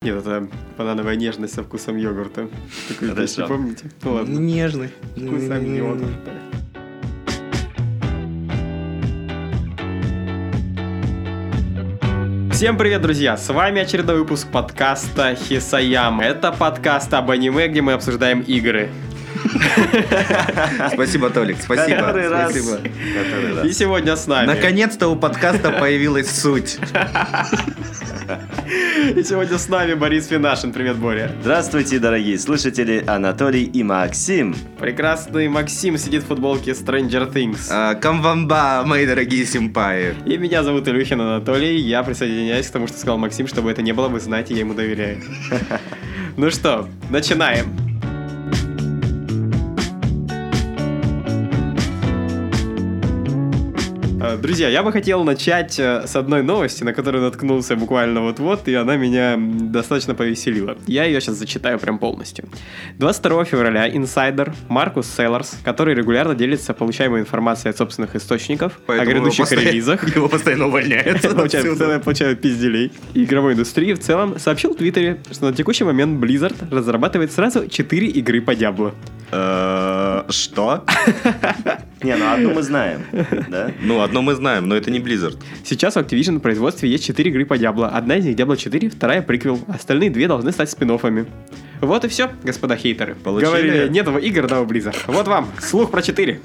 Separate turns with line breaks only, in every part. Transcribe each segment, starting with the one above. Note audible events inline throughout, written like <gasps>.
Нет, это банановая нежность со вкусом йогурта. Такую
Хорошо.
песню помните? Ну ладно.
Нежный.
Вкусом йогурта. Всем привет, друзья! С вами очередной выпуск подкаста Хисаям. Это подкаст об аниме, где мы обсуждаем игры.
Спасибо, Толик, спасибо.
Который раз.
спасибо.
Который раз.
И сегодня с нами...
Наконец-то у подкаста появилась суть.
И сегодня с нами Борис Финашин. Привет, Боря.
Здравствуйте, дорогие слушатели, Анатолий и Максим.
Прекрасный Максим сидит в футболке Stranger Things.
А, Камвамба, мои дорогие симпаи.
И меня зовут Илюхин Анатолий, я присоединяюсь к тому, что сказал Максим, чтобы это не было, вы знаете, я ему доверяю. <laughs> Ну что, начинаем. Э, Друзья, я бы хотел начать э, с одной новости, на которую наткнулся буквально вот-вот, и она меня м, достаточно повеселила. Я ее сейчас зачитаю прям полностью. 22 февраля инсайдер Маркус Селларс, который регулярно делится получаемой информацией от собственных источников
Поэтому
о
его
грядущих
постоянно-
релизах,
<laughs> Его постоянно <laughs> увольняют.
получают,
отсюда.
получают пизделей. Игровой индустрии в целом сообщил в Твиттере, что на текущий момент Blizzard разрабатывает сразу 4 игры по Диабло.
Э, Что?
Не, ну одну мы знаем,
<laughs>
да?
Ну, одно мы знаем, но это не Blizzard.
Сейчас в Activision на производстве есть 4 игры по Диабло. Одна из них Диабло 4, вторая приквел. Остальные две должны стать спин Вот и все, господа хейтеры.
Получили?
Говорили, нет в игр, да, у Blizzard. Вот вам, слух про 4.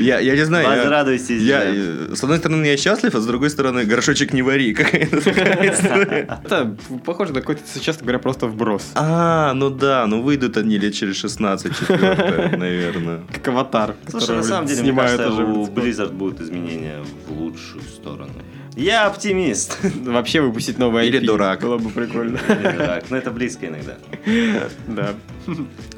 Я, я не знаю. я-
Возрадуйтесь
Я,
же.
э, с одной стороны, я счастлив, а с другой стороны, горшочек не вари. <laughs> Какая-то такая история.
Это похоже на какой-то, если честно говоря, просто вброс.
А, ну да, ну выйдут они лет через 16, четвертое, <laughs> наверное.
Как аватар.
Слушай,
которого,
на
блин,
самом деле, мне
снимают
кажется,
уже,
у
блин, с-
Blizzard будут изменения в лучшую сторону. Я оптимист. <laughs>
Вообще выпустить новое
Или
IP.
дурак.
Было бы прикольно.
Так, Ну, это близко иногда.
Да.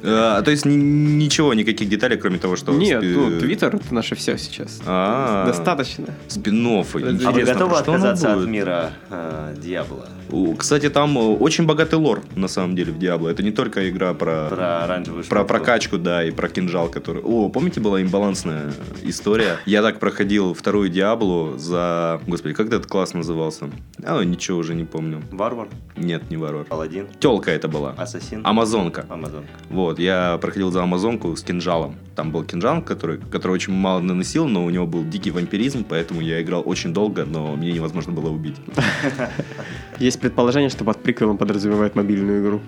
А, то есть ни- ничего, никаких деталей, кроме того, что...
Нет,
спи-
ну, Твиттер это наше все сейчас.
А.
Достаточно.
Спин-оффы.
А вы
Интересно,
А вы готовы
про что оно
отказаться от
будет?
мира э, Дьявола?
У, Кстати, там э, очень богатый лор, на самом деле, в Диабло. Это не только игра про...
Про оранжевую
Про
штуку.
прокачку, да, и про кинжал, который... О, помните, была имбалансная история? Я так проходил вторую Диаблу за... Господи, как этот класс назывался? А, ничего уже не помню.
Варвар,
Нет, не варвар.
Паладин,
Телка это была.
Ассасин,
Амазонка.
Амазон.
Вот, я проходил за Амазонку с кинжалом. Там был кинжал, который, который очень мало наносил, но у него был дикий вампиризм, поэтому я играл очень долго, но мне невозможно было убить.
Есть предположение, что под приквелом подразумевает мобильную игру.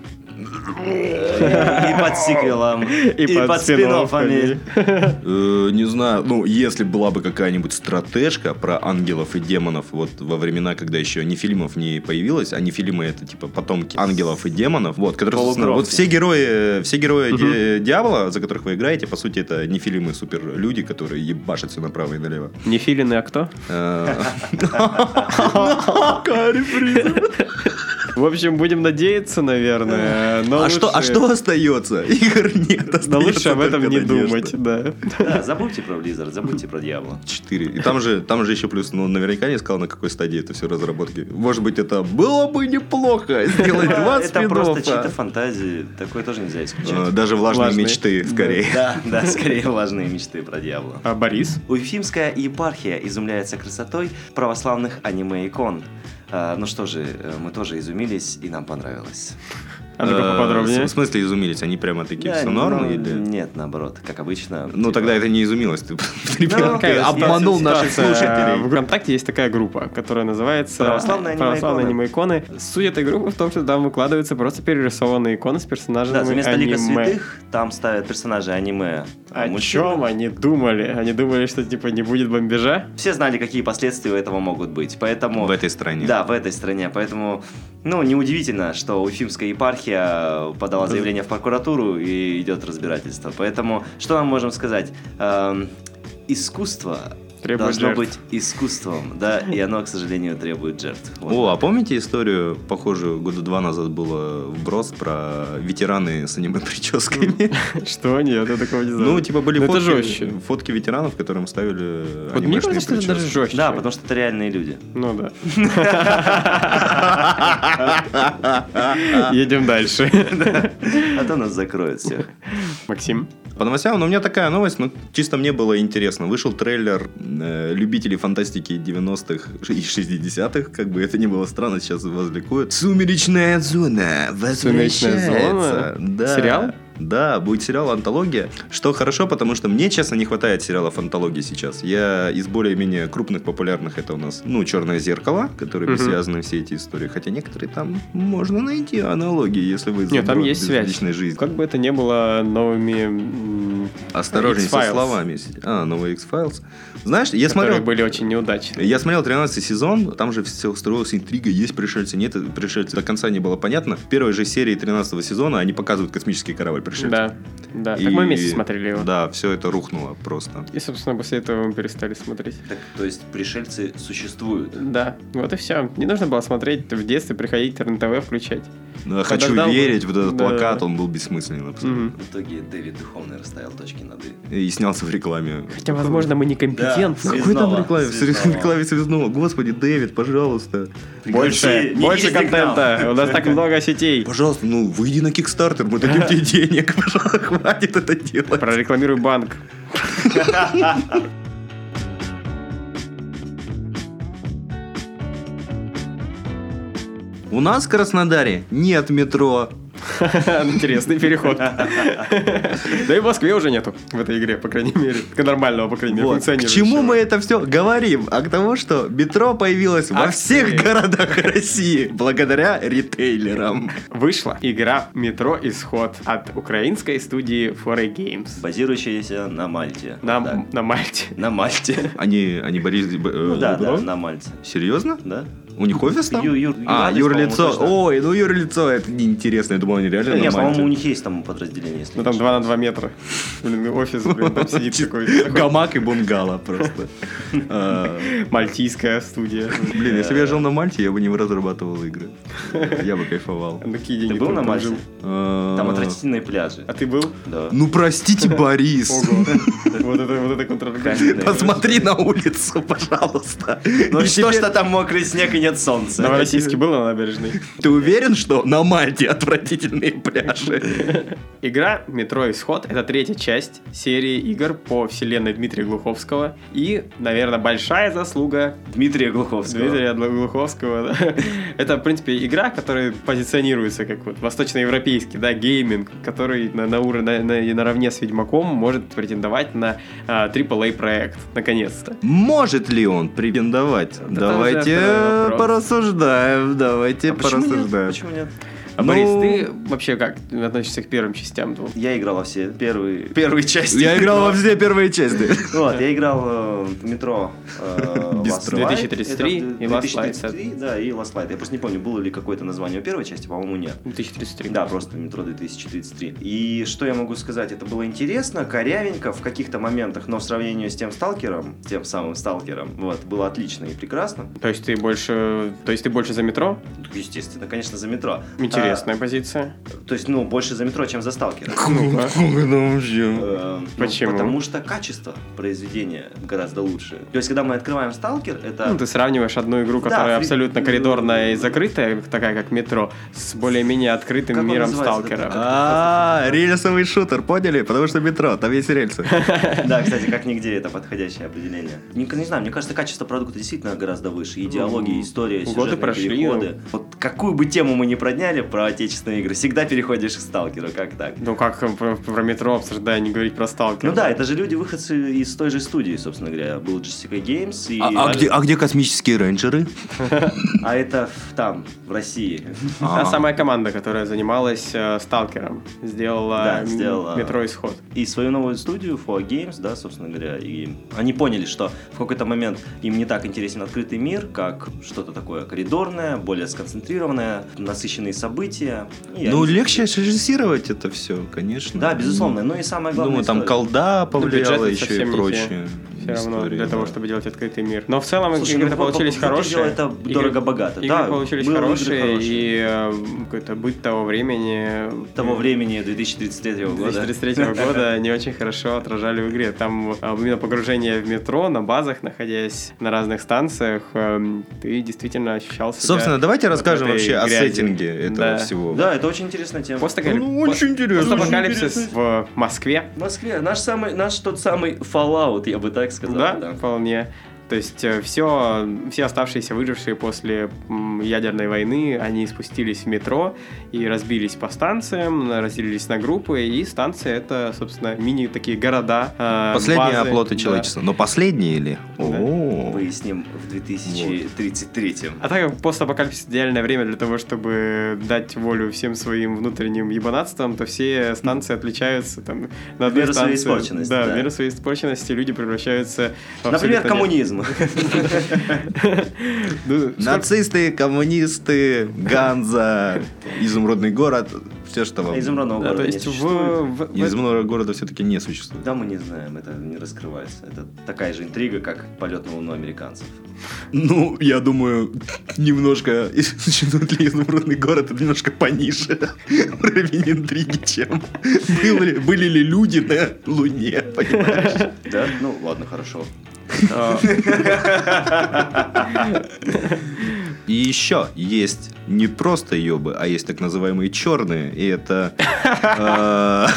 И
<laughs>
под сиквелом, и под спин
спин-оффами.
Э, не знаю, ну, если была бы какая-нибудь стратежка про ангелов и демонов, вот во времена, когда еще ни фильмов не появилось, а не фильмы это типа потомки ангелов и демонов, вот, которые, собственно,
Полукровки.
вот все герои, все герои Ди- Дьявола, за которых вы играете, по сути, это не фильмы суперлюди, которые ебашат все направо и налево.
Не филины, а кто?
Э,
В общем, будем надеяться, наверное. Но
А что, а
лучше-
что остается? <laughs> Игр нет.
Да
<laughs> остается
лучше об этом
только
не
надежда.
думать, да.
Да, забудьте про Blizzard, забудьте про Дьявола.
Четыре. И там же, там же еще плюс, ну, наверняка не сказал, на какой стадии это все разработки. Может быть, это было
<laughs>
бы неплохо сделать два
Это просто чьи-то
спин-оффа.
фантазии, такое тоже нельзя
Э,
исключать.
Даже влажные,
Влажные.
мечты, скорее.
<laughs> Да, да, скорее влажные мечты про Дьявола.
А Борис?
Уфимская епархия изумляется красотой православных аниме-икон. А, ну что же, э, мы тоже изумились, и нам понравилось.
А ну-ка
Э,
поподробнее.
В смысле изумились? Они прямо такие
Да,
все норм?
ну,
или-
Нет, наоборот, как обычно.
Ну,
типа,
тогда это не изумилось. Ты <laughs>
Ну,
ты
такая
обманул
ситуация,
наших
Ситуация, В
слушателей.
ВКонтакте есть такая группа, которая называется
Православные
«Православные
аниме-иконы».
аниме-иконы». Суть этой группы в том, что там выкладываются просто перерисованные иконы с персонажами
Да, вместо Лика
аниме.
Святых там ставят персонажи аниме.
А
О
мужчин.
чем они думали? Они думали, что типа не будет бомбежа? <laughs>
Все знали, какие последствия у этого могут быть, поэтому...
В этой стране.
Да, в этой стране. Поэтому, ну, неудивительно, что Уфимская епархия э, подала заявление в прокуратуру и идет разбирательство. Поэтому, что мы можем сказать? Эм, искусство
Требует
должно
жертв.
быть искусством, да, и оно, к сожалению, требует жертв. Вот.
О, а помните историю, похожую года два назад было вброс про ветераны с
<laughs>
аниме прическами?
Что? Нет, я такого не знаю.
Ну, типа были
Ну, это
фотки,
жестче.
фотки ветеранов, которым ставили
Вот мне кажется,
анимешные
что это даже
прически.
жестче.
Да, потому что это реальные люди.
Ну <laughs> да. Едем дальше.
А то нас закроют всех.
Максим.
По новостям, но у меня такая новость, ну, чисто мне было интересно. Вышел трейлер э, любителей фантастики 90-х и 60-х, как бы это ни было странно, сейчас возликуют. «Сумеречная зона» возвращается.
«Сумеречная зона»?
Да.
Сериал?
Да, будет сериал «Антология», что хорошо, потому что мне, честно, не хватает сериалов «Антологии» сейчас. Я из более-менее крупных, популярных, это у нас, ну, «Черное зеркало», которыми
Мгм.
связаны все эти истории, хотя некоторые там можно найти аналогии, если вы...
Нет, там
заброд
есть
без
связь.
личной жизни.
Как бы это не было новыми, м,
Осторожней со
X-Files.
словами. А, новый X-Files. Знаешь, я
которые
смотрел...
были очень неудачны.
Я смотрел 13 сезон, там же все строилась интрига, есть пришельцы, нет пришельцы. До конца не было понятно. В первой же серии 13 сезона они показывают космический корабль пришельцев.
Да, да.
И-
Так мы вместе смотрели его.
Да, все это рухнуло просто.
И, собственно, после этого мы перестали смотреть.
Так, то есть пришельцы существуют.
Да, вот и все. Не нужно было смотреть в детстве, приходить РНТВ включать.
Ну, Хочу
Подождал бы.
верить в этот
Да.
плакат, он был бессмысленен абсолютно.
Мгм.
В итоге Дэвид Духовный расставил точки над «и».
И снялся в рекламе.
Хотя, возможно, мы
Да.
некомпетентны.
Какой там
Связного.
рекламе? В
Связного.
рекламе связного. Господи, Дэвид, пожалуйста.
Больше,
Прекрати, не
больше
лезь ты к нам.
контента. У нас так много сетей.
Пожалуйста, ну выйди на Кикстартер,
<laughs>
мы дадим тебе денег. Пожалуйста, хватит это делать.
Прорекламируй
<laughs>
банк.
У нас в Краснодаре нет метро.
Интересный переход.
<laughs>
Да и в Москве уже нету в этой игре, по крайней мере. Нормального, по крайней мере,
Вот. К чему
функционирующего.
мы это все говорим? А к тому, что метро появилось во
А
Ах
всех
ты.
городах России благодаря ритейлерам.
Вышла игра «Метро. Исход» от украинской студии 4A Games.
Базирующиеся на Мальте.
На,
Да.
на Мальте. <laughs>
На Мальте.
Они, они боролись...
Ну да, да, на Мальте.
Серьезно?
Да?
У них офис там?
Ю- Юр-
а,
Юр-
юрлицо.
Юрлиц, по-моему, точно.
Ой, ну юрлицо, это неинтересно. Я думал, они реально
Не, по-моему, у
нормальные.
них есть там подразделение, если
Ну там
не
2 на 2 метра. Блин, офис, блин,
<laughs>
там сидит такой.
Гамак и бунгало просто. А,
Мальтийская студия.
Блин, если бы я жил на Мальте, я бы не разрабатывал игры. Я бы кайфовал.
Такие
ошибаюсь.
деньги
Ты был на
там
Мальте?
жил.
Там
Там
отвратительные пляжи.
А ты
<laughs>
был?
Да.
Ну простите, Борис.
Ого. Вот это, вот это контраргумент.
Э,
Конечно.
Посмотри на улицу, пожалуйста.
Ну
И
что,
а теперь
что там мокрый снег и нет солнца?
Новороссийский был на набережной?
Ты уверен, что на Мальте отвратительные пляжи?
<laughs> Игра «Метро. Исход» — это третья часть серии игр по вселенной Дмитрия Глуховского. И, наверное, большая заслуга
Дмитрия Глуховского.
Дмитрия Глуховского. <laughs> да. Это, в принципе, игра, которая позиционируется как вот восточноевропейский, да, гейминг, который на, на уровне, на- на- наравне с Ведьмаком может претендовать на а, AAA-проект, наконец-то.
Может ли он претендовать?
Это
Давайте
уже второй вопрос.
порассуждаем, давайте
А почему нет?
порассуждаем.
Почему нет?
А,
Ну-
Борис, ты вообще как относишься к первым частям двух?
Я играл во все первые, первые части.
Я играл во все первые части.
<laughs> Вот, я играл э, в метро э,
Без
Last
права.
Light.
2033
Это в
и Last Light.
2033, Да, и Last Light. Я просто не помню, было ли какое-то название у первой части, по-моему, нет.
1033.
Да, просто метро 2033. И что я могу сказать? Это было интересно, корявенько в каких-то моментах, но в сравнении с тем сталкером, с тем самым сталкером, вот, было отлично и прекрасно. Ну,
То есть ты больше, то есть ты больше за метро?
Естественно, конечно, за метро.
Интересная позиция.
А, то есть, ну, больше за метро, чем за сталкера.
Ну-ка.
Ну, вообще.
Эм, ну,
Почему?
потому что качество произведения гораздо лучше. То есть, когда мы открываем сталкер, это
Ну, ты сравниваешь одну игру,
Да,
которая
фри-
абсолютно
м,
коридорная и закрытая, такая как метро, с более-менее открытым
Как он
миром
называется?
сталкера.
А, рельсовый шутер, поняли? Потому что метро, там есть рельсы.
<laughs> Да, кстати, как нигде это подходящее определение. Не, не знаю, мне кажется, качество продукта действительно гораздо выше. И диалоги, и история, и
Годы
сюжетные
прошли,
переходы. Вот какую бы тему мы ни подняли про отечественные игры, всегда переходишь к сталкеру, как так?
Ну как э, про, про метро обсуждая, не говорить про сталкера.
Ну да, это же люди, выходцы из той же студии, собственно говоря. Был Jessica Games, и...
А а где, а где космические рейнджеры?
а это в- там, в России.
Та
А.
самая команда, которая занималась э, сталкером, сделала,
Да,
м,
сделала.
метро исход.
И свою новую студию, For Games, да, собственно говоря, и они поняли, что в какой-то момент им не так интересен открытый мир, как что-то такое коридорное, более сконцентрированное, насыщенные события. И
Ну,
они-
легче режиссировать это все, конечно.
Да, безусловно. Ну и самое главное...
Думаю, там
история.
колда
бюджет
повлияла
это
еще
совсем
и
не те.
прочее.
все равно
история,
для того,
да.
чтобы делать открытый мир. Но в целом
Слушай,
игры-то
ну, по- по-
получились
по сути
хорошие.
дела, это
Игры-
дорого-богато.
Игры
Да,
получились
было игры
хорошие,
хорошие.
и э, какой-то быт того времени...
Того времени 2033 года.
2033 года не очень хорошо отражали в игре. Там а, именно погружение в метро, на базах, находясь на разных станциях, эм, ты действительно ощущал себя...
Собственно, давайте
вот
расскажем
этой
вообще о
грязью.
сеттинге этого
Да.
<laughs>
всего.
Да, это очень интересная тема.
Постапокалип-
Ну, очень интересно, очень
Постапокалипсис
интересно.
в Москве.
В Москве наш самый, наш тот самый Fallout, я бы так сказал.
Да,
да.
вполне. То есть все, все оставшиеся выжившие после м, ядерной войны, они спустились в метро и разбились по станциям, разделились на группы, и станции это, собственно, мини такие города. э,
Последние
базы.
оплоты
Да.
человечества. Но последние или?
Да.
О.
Выясним в 2033
А так как постапокалипсис идеальное время для того, чтобы дать волю всем своим внутренним ебанатствам, то все станции отличаются там на одной
Меру своей
станции-
испорченности,
Да,
да.
в меру своей испорченности люди превращаются в
Например,
абсолютно не-
<laughs> коммунизм.
<laughs> Ну, сколько-
Нацисты, коммунисты,
<laughs>
Ганза, изумрудный город, все, что вам.
А Изумрудного
Да,
города
то
не
есть в-
существует.
в- в-
Изумрудного города все-таки не существует.
Да, мы не знаем, это не раскрывается. Это такая же интрига, как полет на Луну американцев.
Ну, я думаю, немножко начнут ли изумрудный город, это немножко пониже <laughs> уровень интриги, чем был ли- были ли люди на Луне, понимаешь?
Да? Ну, ладно, хорошо.
<laughs> а,
И еще есть не просто ебы, а есть так называемые черные, и это... э,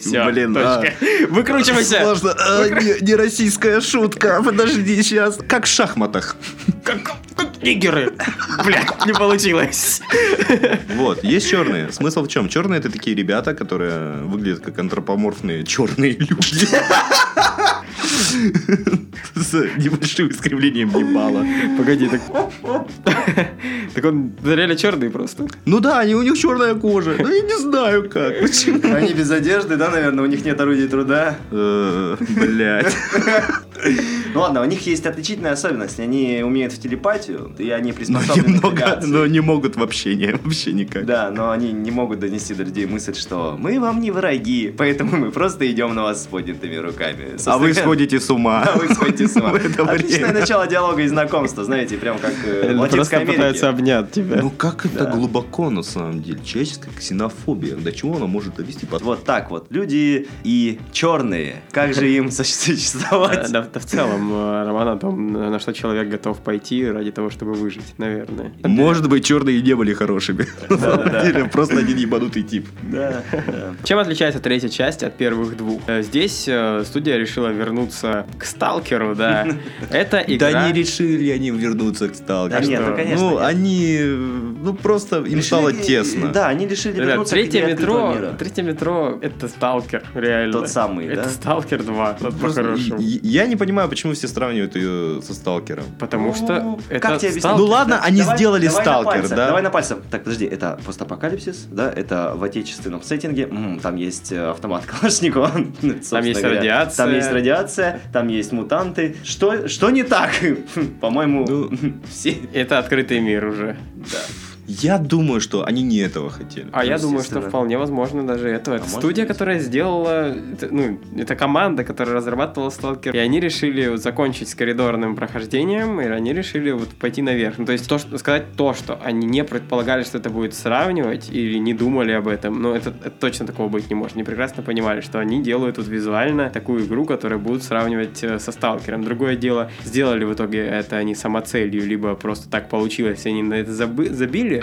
Всё,
Блин, а,
точка. Выкручивайся!
Сложно. А, не, не российская шутка. Подожди сейчас. Как в шахматах.
Как, как нигеры! Блядь, не получилось.
Вот, есть черные. Смысл в чем? Черные это такие ребята, которые выглядят как антропоморфные черные люди. С небольшим искривлением ебала.
Погоди, так... <laughs> Так он реально черный просто.
Ну да, они, у них черная кожа. Ну я не знаю как. Почему?
Они без одежды, да, наверное, у них нет орудий труда.
Э, Блять.
Ну ладно, у них есть отличительная особенность. Они умеют в телепатию, и они
<laughs> Но
приспособлены к
немного,
навигации.
но не могут вообще, не, вообще никак.
Да, но они не могут донести до людей мысль, что мы вам не враги, поэтому мы просто идем на вас с поднятыми руками.
А вы
Собственно,
сходите с
<laughs>
ума.
А вы сходите с ума.
<laughs> В это
Отличное
время.
начало диалога и знакомства, знаете, прям как э, в Латинской
Просто пытается
Америке.
обнять тебя. Э,
Ну как это
Да.
глубоко на самом деле? Человеческая ксенофобия. До чего она может довести? потом?
Вот так вот. Люди и черные. Как же им <laughs> существовать?
Да, да в целом, э, роман о том, на что человек готов пойти ради того, чтобы выжить, наверное.
Может быть, черные и не были <laughs> хорошими. На самом
да.
деле, просто один ебанутый тип.
Да, да.
Чем отличается третья часть от первых двух? Э, Здесь э, студия решила вернуться к сталкеру, <laughs> да. Это игра...
Да не решили они вернуться к сталкеру.
Да нет, ну, конечно,
Ну,
нет.
они... Ну, просто им стало
Решили-
тесно.
Да, они решили
Ребят,
вернуться к
третье
идее открытого
метро,
мира.
третье метро это сталкер, реально.
Тот самый,
Это
да?
сталкер 2, вот
Просто
по-хорошему.
и- и- Я не понимаю, почему все сравнивают ее со сталкером.
Потому
Ну,
что
как
это
тебе объяснить?
сталкер.
Ну ладно, они
Давай-
сделали
давай на
сталкер,
пальцах,
да?
Давай на пальцах. Так, подожди, это постапокалипсис, да? Это в отечественном сеттинге. М, там есть э, автомат <laughs> Калашникова. собственно
есть
говоря.
радиация.
Там есть радиация, там есть мутанты. Что, что не так? <laughs> По-моему, <laughs> все.
Это открытый мир уже.
Да.
Я думаю, что они не этого хотели.
А я думаю, что
естественно.
вполне возможно даже этого. Это
А может
студия,
быть.
которая сделала... это, Ну, это команда, которая разрабатывала сталкер. И они решили вот закончить с коридорным прохождением, и они решили вот пойти наверх. Ну, то есть то, что, сказать то, что они не предполагали, что это будет сравнивать, или не думали об этом, но это, это точно такого быть не может. Они прекрасно понимали, что они делают вот визуально такую игру, которую будут сравнивать э, со сталкером. Другое дело, сделали в итоге это они самоцелью, либо просто так получилось, и они на это забы- забили,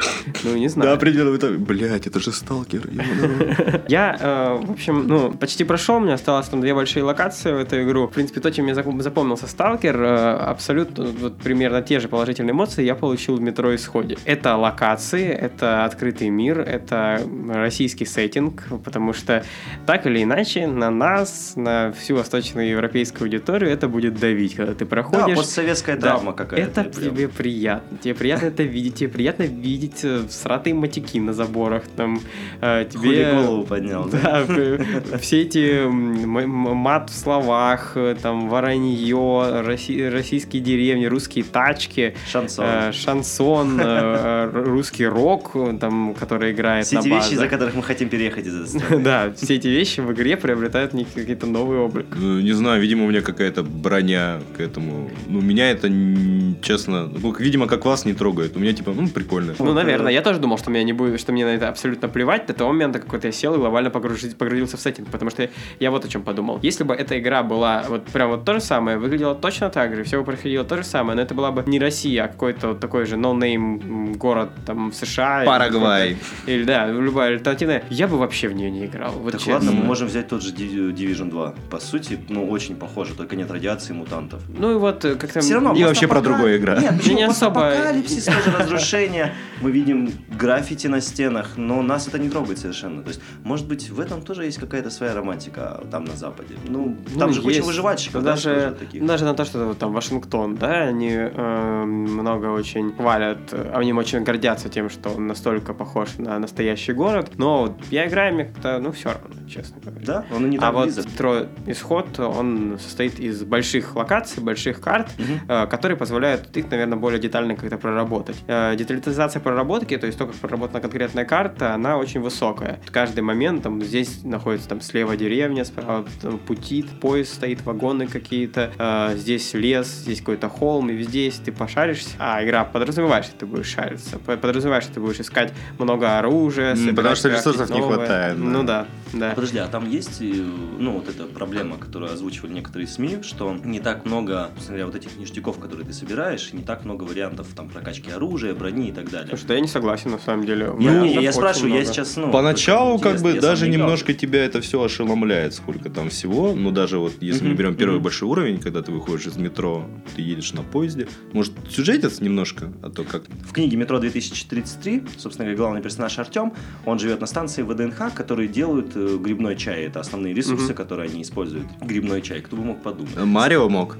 ну, не знаю.
Да, определенно. Блять, это же сталкер. ё-моё.
Я, э, в общем, ну, почти прошел, мне осталось там две большие локации в эту игру. В принципе, то, чем я заком- запомнился Сталкер, э, абсолютно вот примерно те же положительные эмоции я получил в метро исходе. Это локации, это открытый мир, это российский сеттинг, потому что так или иначе на нас, на всю восточноевропейскую аудиторию это будет давить, когда ты
Да,
проходишь.
постсоветская
Да,
драма какая-то.
Это
прям.
тебе приятно. Тебе приятно это видеть, тебе приятно видеть э, сратые матики на заборах, там э,
Хули
тебе...
голову поднял, да?
Да, э, все эти м, м- мат в словах, э, там воронье, росси- российские деревни, русские тачки,
Шансон.
э, шансон, э, э, русский рок, э, там, который играет
Все
на
эти вещи,
базах.
из-за которых мы хотим переехать из этой
<laughs>
страны.
Да, все эти вещи в игре приобретают некий- какие-то новые облик.
<laughs> Ну, Не знаю, видимо, у меня какая-то броня к этому. Ну, меня это, м, честно, ну, видимо, как вас не трогает. У меня типа, ну, прикольно.
Ну,
Вот,
наверное,
э,
я тоже думал, что меня не будет, что мне на это абсолютно плевать. До того момента, как вот я сел и глобально погружи- погрузился в сеттинг. Потому что я, я вот о чем подумал. Если бы эта игра была вот прям вот то же самое, выглядела точно так же, все бы проходило то же самое, но это была бы не Россия, а какой-то вот такой же нонейм м, город там в США. или
Парагвай.
какой-то- Или, да, любая альтернативная. Я бы вообще в нее не играл. Вот
так
честно.
ладно, мы можем взять тот же Ди- Division 2. По сути, ну, очень похоже, только нет радиации и мутантов.
Ну и вот э, как-то...
Все равно
И вообще про другое игра.
Нет, почему?
не особо.
Постапокалипсис, тоже <laughs> разрушение. Мы видим граффити на стенах, но нас это не трогает совершенно. То есть, может быть, в этом тоже есть какая-то своя романтика а, там на Западе. Ну,
Ну,
там же куча
есть.
выживальщиков, да, тоже
даже,
таких.
даже на то, что вот там Вашингтон, да, они эм, много очень хвалят, э, они очень гордятся тем, что он настолько похож на настоящий город, но вот я играю, мне как-то, ну, все равно, честно говоря.
Да, он и не
а
так
вот
близок.
Трой Исход, он состоит из больших локаций, больших карт,
Мгм.
э, которые позволяют их, наверное, более детально как-то проработать. Э, Детализация проработки, то есть то, как проработана конкретная карта, она очень высокая. Каждый момент, там, здесь находится там слева деревня, справа там, пути, поезд стоит, вагоны какие-то, э, здесь лес, здесь какой-то холм, и везде, если ты пошаришься, а игра подразумевает, что ты будешь шариться, по- подразумевает, что ты будешь искать много оружия,
М,
собирать,
потому что
крафтить
ресурсов не
новое.
хватает, да.
Ну да, да.
Подожди, а там есть, э, ну, вот эта проблема, которую озвучивали некоторые СМИ, что не так много, собственно говоря, вот этих ништяков, которые ты собираешь, не так много вариантов там прокачки оружия, брони и так далее.
Слушай, да я не согласен, на самом деле.
Не,
Вариантов
не, я
очень
спрашиваю, я
много.
сейчас, ну...
Поначалу,
просто
как бы,
интересно, я
даже
сам не играл.
немножко тебя это все ошеломляет, сколько там всего. Но даже вот, если мы
Мгм,
берем первый
мгм.
большой уровень, когда ты выходишь из метро, ты едешь на поезде. Может, сюжетец немножко, а то как...
В книге «Метро 2033», собственно говоря, главный персонаж Артем, он живет на станции ВДНХ, которые делают э, грибной чай. Это основные ресурсы,
Мгм.
которые они используют. Грибной чай, кто бы мог подумать.
э, Марио мог.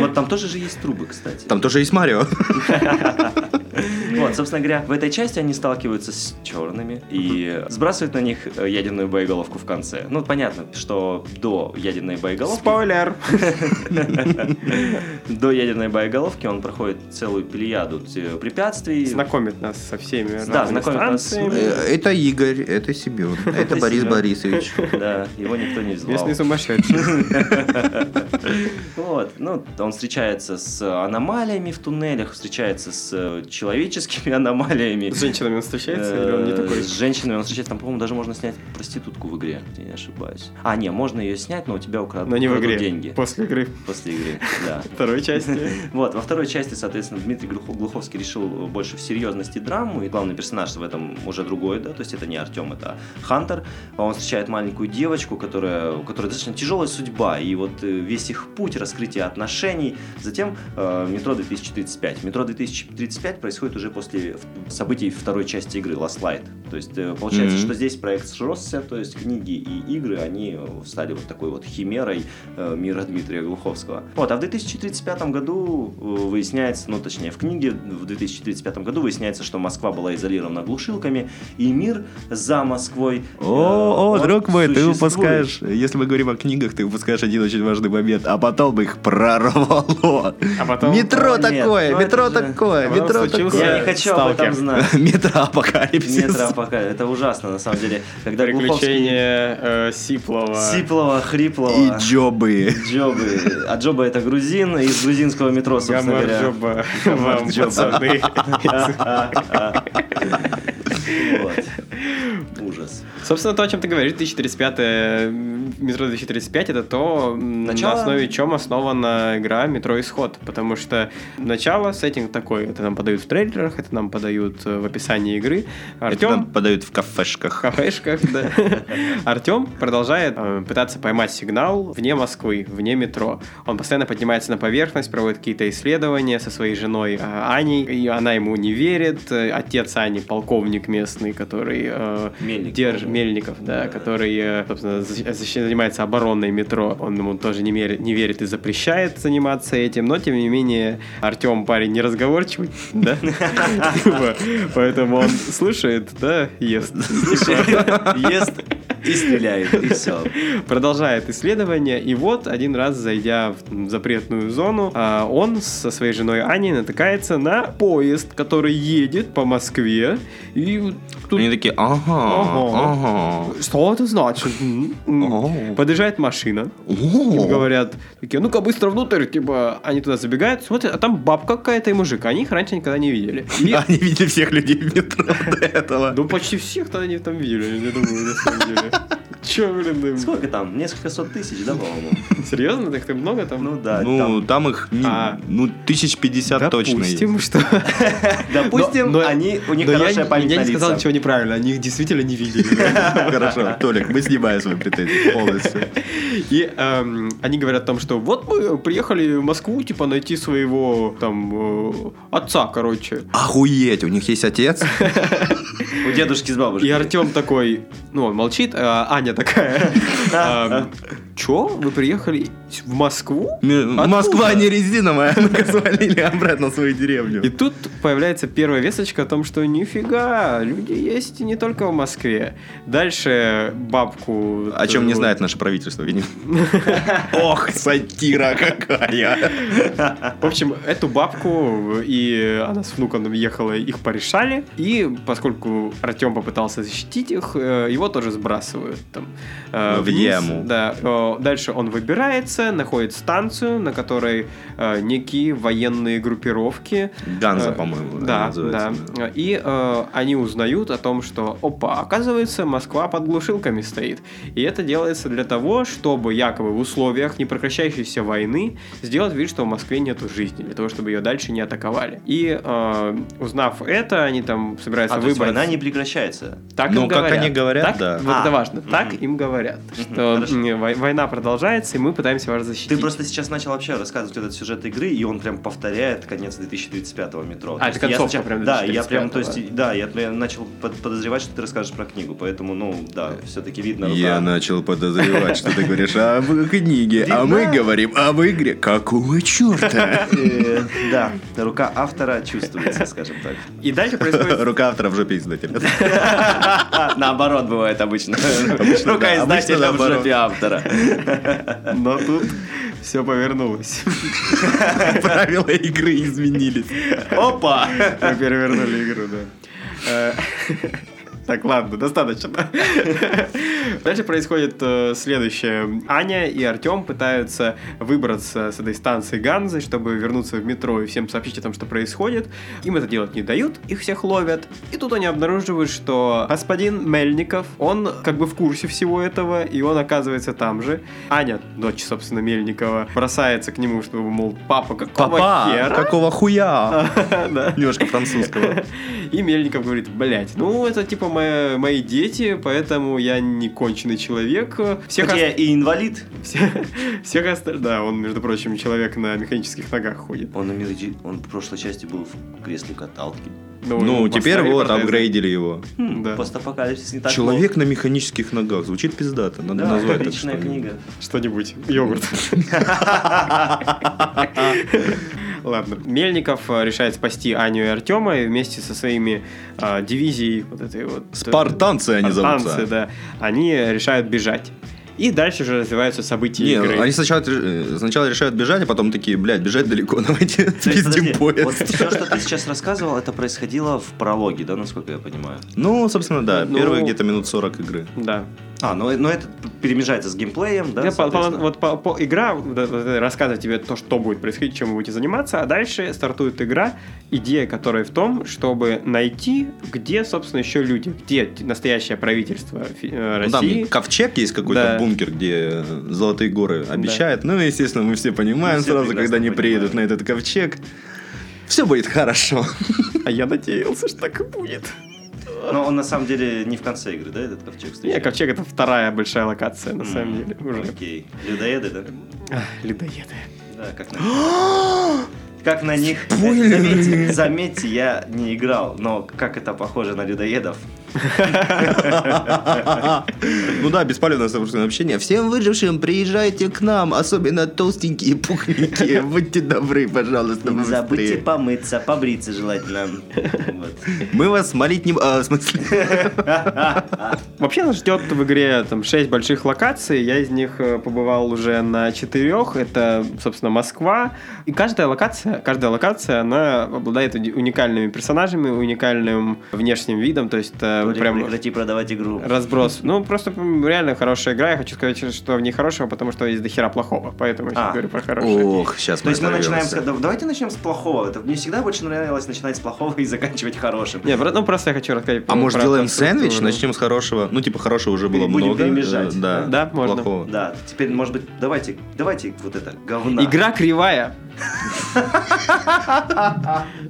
Вот там тоже же есть трубы, кстати.
Там тоже есть <laughs> Марио.
Вот, собственно говоря, в этой части они сталкиваются с черными и сбрасывают на них э, ядерную боеголовку в конце. Ну, понятно, что до ядерной боеголовки...
Спойлер!
<laughs> До ядерной боеголовки он проходит целую плеяду э, препятствий.
Знакомит нас со всеми
Да,
разными
знакомит нас с-
станциями.
Э, Это Игорь, это
<laughs>
Семен,
Это Борис Семен. <laughs>
Борисович.
Да, его никто не звал.
Местный сумасшедший.
Вот, ну, он встречается с аномалиями в туннелях, встречается с э, человеческими <laughs> аномалиями.
С женщинами он встречается или он не
Э,
такой?
С женщиной он встречается, там, по-моему, даже можно снять проститутку в игре, если я не ошибаюсь. А, не, можно ее снять, но у тебя украдут
Но не в
украдут
игре.
деньги
После игры
после игры, да.
второй части.
<laughs> Вот, во второй части, соответственно, Дмитрий Глухо- Глуховский решил э, больше в серьезности драму, и главный персонаж в этом уже другой, да, то есть это не Артем, это Хантер. А Он встречает маленькую девочку, которая, у которой достаточно тяжелая судьба, и вот э, весь их путь, раскрытие отношений. Затем э, метро 2035. Метро 2035 происходит уже после в- событий второй части игры Last Light. То есть э, получается,
Мгм.
что здесь проект сросся, то есть книги и игры, они э, стали вот такой вот химерой, э, мира Дмитрия Глуховского. Вот, а в 2035 году э, выясняется, ну точнее в книге в 2035 году выясняется, что Москва была изолирована глушилками, и мир за Москвой... э,
О, о,
он
друг мой, ты
существует.
выпускаешь, если мы говорим о книгах, ты выпускаешь один очень важный момент, а потом бы их прорвало.
А потом...
метро
Нет,
такое,
ну
метро
это же-
такое,
А потом
метро
случился-
Я не
такое.
хочу об этом
Сталкер.
знать.
<laughs> Метроапокалипсис.
Метро пока. Это ужасно, на самом деле. Когда Глуховский...
э, Приключения э, Сиплова.
Сиплова, хриплого.
И джобы.
Джобы. А Джоба это грузин, из грузинского метро, собственно говоря.
Гамарджоба. Вам,
Гамарджоба.
пацаны.
<laughs> Вот. Ужас.
<laughs> Собственно, то, о чем ты говоришь, 2035, э, метро 2035, это то, м,
Начало.
на основе чем основана игра метро Исход. Потому что начало, сеттинг такой, это нам подают в трейлерах, это нам подают э, в описании игры.
Это
Артем
нам подают в кафешках.
кафешках, да. Артем продолжает э, пытаться поймать сигнал вне Москвы, вне метро. Он постоянно поднимается на поверхность, проводит какие-то исследования со своей женой э, Аней, и она ему не верит. Э, Отец Ани, полковник местный, который... э,
Мельник.
Держ Мельников, да,
Да.
который, э, собственно, защ- защ- занимается оборонной метро. Он ему тоже не, мерит- не верит и запрещает заниматься этим, но, тем не менее, Артем парень неразговорчивый, да? Типа, Поэтому он слушает, да, ест. Типа,
Ест и стреляет, и все.
Ну. Продолжает исследование, и вот один раз, зайдя в запретную зону, а, он со своей женой Аней натыкается на поезд, который едет по Москве, и вот тут...
Они такие, «А, ага, ага.
Что это значит? М, м».
Ага.
Подъезжает машина, им
О,
говорят, такие, ну-ка быстро внутрь, типа, они туда забегают, смотрят, а там бабка какая-то и мужик, они их раньше никогда не видели. И,
<laughs>
А.
Они видели всех людей в метро
<laughs>
до этого.
ну, почти всех тогда они там видели, я думаю, на самом деле. Че, блин, им-
Сколько там? Несколько сот тысяч, да, по-моему?
серьезно, так ты много там?
Ну да,
Ну,
там.
там их, не-
А.
ну, тысяч пятьдесят точно есть.
Допустим, что...
Допустим,
Но- но-
они, у них
но я
хорошая
не-
память
Я
на
не сказал
лица.
ничего неправильно, они их действительно не видели.
<laughs> Хорошо, Толик, мы снимаем свои претензии полностью.
И эм, они говорят о том, что вот мы приехали в Москву, типа, найти своего, там, э, отца, короче.
Охуеть, у них есть отец?
У дедушки с бабушкой.
И Артем такой, ну, он молчит, а Аня
<laughs>
такая, эм, чё, вы приехали в Москву? Откуда?
Москва не резиновая, ну-ка свалили обратно в свою
И
деревню.
тут появляется первая весточка о том, что нифига, люди есть и не только в Москве. Дальше бабку...
О чем не
э,
А знает наше правительство, видимо. <laughs> Ох, сатира какая.
В общем, эту бабку и она с внуком ехала, их порешали. И поскольку Артем попытался защитить их, э, его тоже сбрасывают там. э,
В
вниз.
яму.
Да. э, Дальше он выбирается, находит станцию, на которой э, некие военные группировки.
Ганза,
э,
по-моему,
да,
она
да.
называется.
И э, они узнают о том, что, опа, оказывается, Москва под глушилками стоит. И это делается для того, чтобы якобы в условиях непрекращающейся войны сделать вид, что в Москве нету жизни, для того, чтобы ее дальше не атаковали. И э, узнав это, они там собираются
А, то есть
выбрать.
война не прекращается.
Так
Ну,
им
как
говорят.
они говорят,
Так,
да.
Вот
А.
это важно. Так
Мгм.
им говорят,
Мгм,
что
хорошо.
м, э, вой- война продолжается, и мы пытаемся вас защитить.
Ты просто сейчас начал вообще рассказывать этот сюжет игры, и он прям повторяет конец 2035 метро.
А,
То
это
есть
концовка
сначала-
прям
Да, я
2035-го.
прям, то есть, да, я прям начал под- подозревать, что ты расскажешь про книгу, поэтому, ну, да, все-таки видно.
Я
рука.
начал подозревать, что ты говоришь об книге, а мы говорим об игре. Какого
<laughs>
черта?
Э, <laughs> Да, рука автора чувствуется, скажем так.
И дальше происходит
<laughs>
Рука автора в жопе издателя.
<laughs>
А, Наоборот бывает обычно.
Обычно,
Рука
да, обычно
издателя в
наоборот.
жопе автора.
Но тут все повернулось.
Правила игры изменились.
Опа!
Мы перевернули игру, да. Э, <laughs> Так, ладно, достаточно. Дальше происходит э, следующее. Аня и Артем пытаются выбраться с этой станции Ганзы, чтобы вернуться в метро и всем сообщить о том, что происходит. Им это делать не дают, их всех ловят. И тут они обнаруживают, что господин Мельников, он как бы в курсе всего этого, и он оказывается там же. Аня, дочь, собственно, Мельникова, бросается к нему, чтобы, мол, папа, какого хера?
какого хуя?
<laughs> Да.
Немножко французского.
<laughs> И Мельников говорит, блядь, ну это типа моя- мои дети, поэтому я не конченый человек. Всех,
Хотя я
ост-
и инвалид.
все- всех ост- Да, он, между прочим, человек на механических ногах ходит.
Он, на Мириди- он в прошлой части был в кресле каталки.
Ну,
ему
теперь
поставили
вот
протезы.
апгрейдили его.
Хм,
Да.
Постапокалипсис не так
Человек на механических ногах. Звучит пиздато. Надо
много. Да,
назвать это
отличная
что-нибудь.
книга.
Что-нибудь.
<laughs>
Йогурт. Ладно. Мельников э, решает спасти Аню и Артема и вместе со своими э, дивизией вот этой вот... э,
Спартанцы они
спартанцы,
зовутся.
да. Они решают бежать. И дальше уже развиваются события
Не,
игры.
они сначала, э, сначала решают бежать, а потом такие, блядь, бежать далеко, <laughs> давайте
То есть, подожди,
спиздим
вот
поезд.
все, что ты сейчас рассказывал, это происходило в прологе, да, насколько я понимаю?
Ну, собственно, да,
Ну-
первые где-то минут 40 игры.
Да.
А, ну, э- ну это перемежается с геймплеем, да,
Да, по- по-
соответственно?
вот по- по- игра да, вот это рассказывает тебе то, что будет происходить, чем вы будете заниматься, а дальше стартует игра, идея которой в том, чтобы найти, где, собственно, еще люди, где т- настоящее правительство фи- э,
Ну, там
России.
ковчег есть какой-то
Да.
бункер, где э, золотые горы обещают. Ну, естественно, мы все понимаем
Мы Ну, все
сразу,
прекрасно
когда они приедут на
понимаем.
этот ковчег. Все
<laughs>
будет хорошо.
А я надеялся, что так и будет.
Но он на самом деле не в конце игры, да, этот ковчег
Не,
встречается?
ковчег это вторая большая локация, на самом
М,
деле. Уже.
Окей. Людоеды, да?
Ах, Людоеды.
Да, как на
<gasps>
Как на них.
Спойлеры!
Заметьте, заметьте, я не играл, но как это похоже на людоедов.
Ну да, беспалевное собственное общение. Всем выжившим приезжайте к нам, особенно толстенькие пухленькие.
<laughs>
Будьте добры, пожалуйста,
Не забудьте
быстрее.
помыться,
<laughs>
побриться желательно. Вот.
Мы вас молить не... б- а,
<laughs>
в смысле...
А Вообще нас ждет в игре там 6 больших локаций. Я из них э, побывал уже на четырех. Это, собственно, Москва. И каждая локация, каждая локация, она обладает уди- уникальными персонажами, уникальным внешним видом. То есть это
Толик,
прям
прекрати продавать игру.
разброс. Ну, просто м, реально хорошая игра. Я хочу сказать, что в ней хорошего, потому что есть дохера плохого. Поэтому я сейчас
А.
говорю про хорошее.
Ох, сейчас
То есть мы начинаем с... дав- Давайте начнем с плохого. Это мне всегда больше нравилось начинать с плохого и заканчивать хорошим.
Не, про- ну просто я хочу рассказать.
А
ну,
может
про
делаем
ту структуру.
сэндвич, начнем с хорошего. Ну, типа, хорошего уже было
Будем
много.
перемежать.
э, Да,
Да, можно.
плохого.
Да, теперь, может быть, давайте, давайте вот это говна.
Игра
<laughs>
кривая.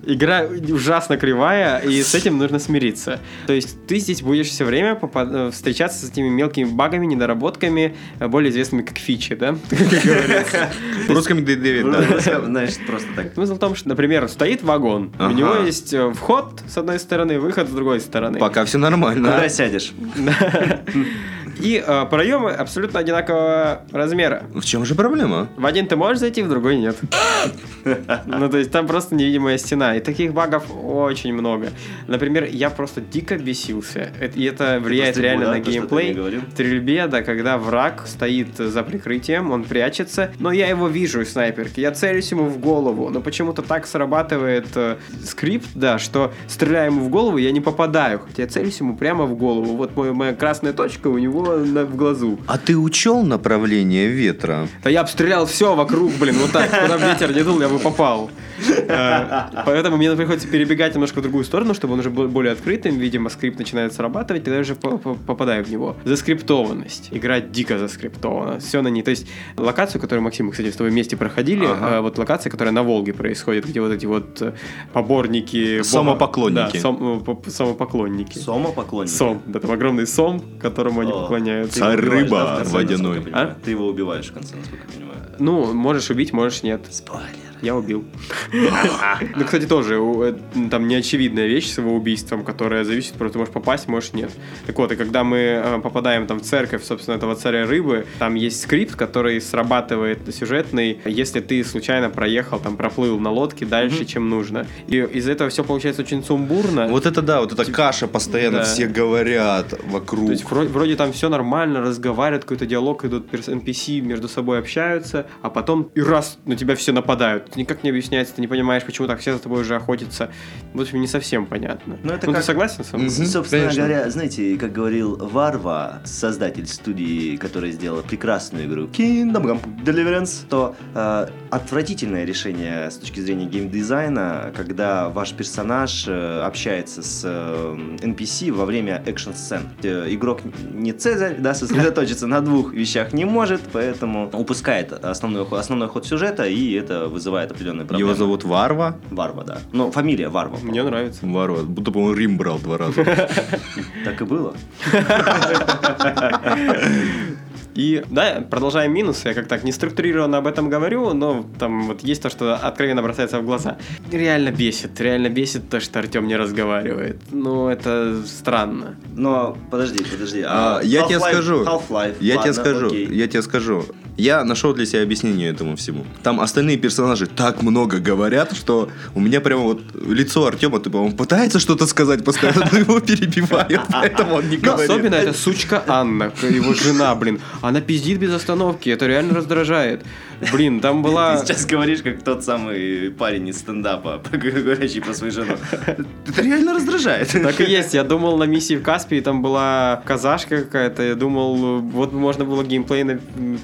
Игра ужасно кривая, и с этим нужно смириться. То есть ты здесь будешь все время попа- э, встречаться с этими мелкими багами, недоработками, э, более известными как фичи, да? <laughs> Как говорится.
В
<laughs>
русском DD, да.
Знаешь, просто так.
Смысл в том, что, например, стоит вагон, у
Ага.
него есть э, вход с одной стороны, выход с другой стороны.
Пока все
Куда
нормально.
сядешь?
<laughs> И э, проемы абсолютно одинакового размера.
В чем же проблема?
В один ты можешь зайти, в другой нет. Ну, то есть там просто невидимая стена. И таких багов очень много. Например, я просто дико бесился. Это- И это влияет
стрельбу,
реально
да,
на
то, что ты мне
геймплей.
говорил?
Стрельбе, да, когда враг стоит за прикрытием, он прячется, но я его вижу из снайперки, я целюсь ему в голову, но почему-то так срабатывает э, скрипт, да, что стреляю ему в голову, я не попадаю, хотя я целюсь ему прямо в голову. Вот мой- моя красная точка у него на- в глазу.
А ты учел направление ветра?
Да я обстрелял все вокруг, блин, вот так, куда бы ветер не дул, я бы попал. Э, Поэтому мне приходится перебегать немножко в другую сторону, чтобы он уже был более открытым. Видимо, скрипт начинает срабатывать, тогда я уже по- по- попадаю в него. Заскриптованность. Игра дико заскриптована. Все на ней. То есть локацию, которую, Максим, мы, кстати, с тобой вместе проходили,
Ага.
э, вот локация, которая на Волге происходит, где вот эти вот э, поборники... бога-
Самопоклонники.
Да, сом- э, по- самопоклонники.
Сома поклонник.
Сом. Да, там огромный сом, которому они
О,
поклоняются.
ты его
Царь
убиваешь,
рыба
да, в конце,
водяной.
насколько я понимаю?
А?
Ты его убиваешь в конце, насколько я понимаю.
Ну, можешь убить, можешь нет.
Спойлер.
Я убил. <laughs> Ну, кстати, тоже у- э, там неочевидная вещь с его убийством, которая зависит, просто ты можешь попасть, можешь нет. Так вот, и когда мы э, попадаем там в церковь, собственно, этого царя рыбы, там есть скрипт, который срабатывает сюжетный, если ты случайно проехал, там проплыл на лодке дальше, чем нужно. И из этого все получается очень сумбурно.
Вот это да, вот эта каша постоянно,
Да.
все говорят вокруг.
То есть вро- вроде, там все нормально, разговаривают, какой-то диалог идут, перс- NPC между собой общаются, а потом и раз на тебя все нападают. Это никак не объясняется, ты не понимаешь, почему так все за тобой уже охотятся. В общем, не совсем понятно.
Ну, это
ну
как-
ты согласен со мной?
Мгм,
Собственно
конечно.
говоря, знаете, как говорил Варва, создатель студии, которая сделала прекрасную игру Kingdom Come Deliverance, то э, отвратительное решение с точки зрения геймдизайна, когда ваш персонаж э, общается с э, NPC во время экшн-сцен. Э, игрок не Цезарь, да, сосредоточиться на двух вещах не может, поэтому упускает основной, ход- основной ход сюжета, и это вызывает определенные проблемы.
Его зовут Варва.
Варва, да. Ну, фамилия Варва.
Мне нравится.
Варва, будто бы он Рим брал два раза.
Так и было.
И да, продолжаем минусы, я как так не структурированно об этом говорю, но там вот есть то, что откровенно бросается в глаза. Реально бесит, реально бесит то, что Артем не разговаривает. Ну, это странно.
Но подожди, подожди.
А, я тебе
Half-Life-
скажу.
Half-Life.
Я тебе
ладно,
скажу,
окей.
я тебе скажу. Я нашел для себя объяснение этому всему. Там остальные персонажи так много говорят, что у меня прямо вот лицо Артема, ты, по-моему, пытается что-то сказать постоянно, но его перебивают, поэтому он не
Ну,
говорит.
Особенно эта сучка Анна, его жена, блин. Она пиздит без остановки, это реально раздражает. Блин, там была...
Ты сейчас говоришь, как тот самый парень из стендапа, <laughs> говорящий про свою жену.
Это реально раздражает. <laughs>
Так и есть, я думал на миссии в Каспии, там была казашка какая-то, я думал, вот можно было геймплей на-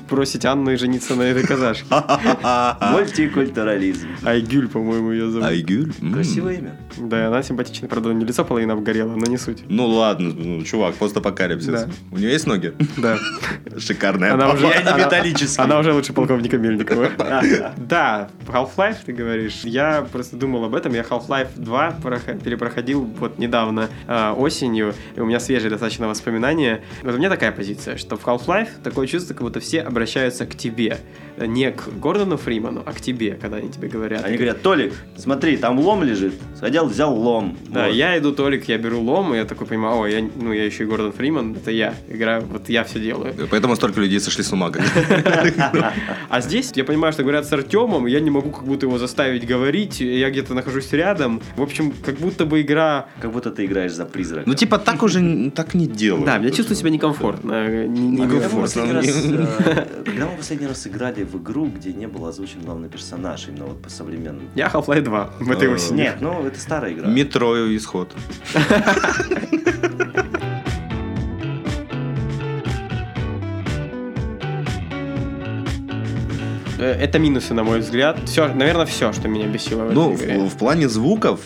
бросить Анну и жениться на этой казашке.
А.
Мультикультурализм.
Айгюль, по-моему, ее зовут.
Айгюль? М.
Красивое имя.
Да, и она симпатичная, правда, у нее лицо половина обгорело, но не суть.
Ну ладно, ну, чувак, постапокалипсис.
Да.
У нее есть ноги? <laughs>
Да.
Шикарная.
Она уже-
Я не
она-
металлический.
Она уже лучше полковника Мельникова. <laughs> Да, Half-Life, ты говоришь. Я просто думал об этом. Я Half-Life 2 прох- перепроходил вот недавно э, осенью. И у меня свежие достаточно воспоминания. Вот у меня такая позиция, что в Half-Life такое чувство, как будто все обращаются к тебе. не к Гордону Фриману, а к тебе, когда они тебе говорят.
Они говорят, Толик, смотри, там лом лежит. Сходил, взял лом.
Да,
Вот.
я иду, Толик, я беру лом, и я такой понимаю, о, я, ну, я еще и Гордон Фриман, это я играю, вот я все делаю.
Поэтому столько людей сошли с ума. как бы.
А здесь я понимаю, что говорят с Артемом, я не могу как будто его заставить говорить, я где-то нахожусь рядом. В общем, как будто бы игра...
Как будто ты играешь за призрака.
Ну, типа, так уже н- так не делают.
Да, я чувствую себя некомфортно. э, не- не
А когда мы
комфортно.
последний
комфортно.
раз,
<laughs>
э, когда мы последний раз играли в игру, где не был озвучен главный персонаж, именно вот по современному?
Я Half-Life 2 в этой
Э,
осени.
Нет, ну это старая игра.
Метро и исход.
Э, Это минусы, на мой взгляд. Все, наверное, все, что меня бесило в
Ну,
этой игре.
в, в плане звуков,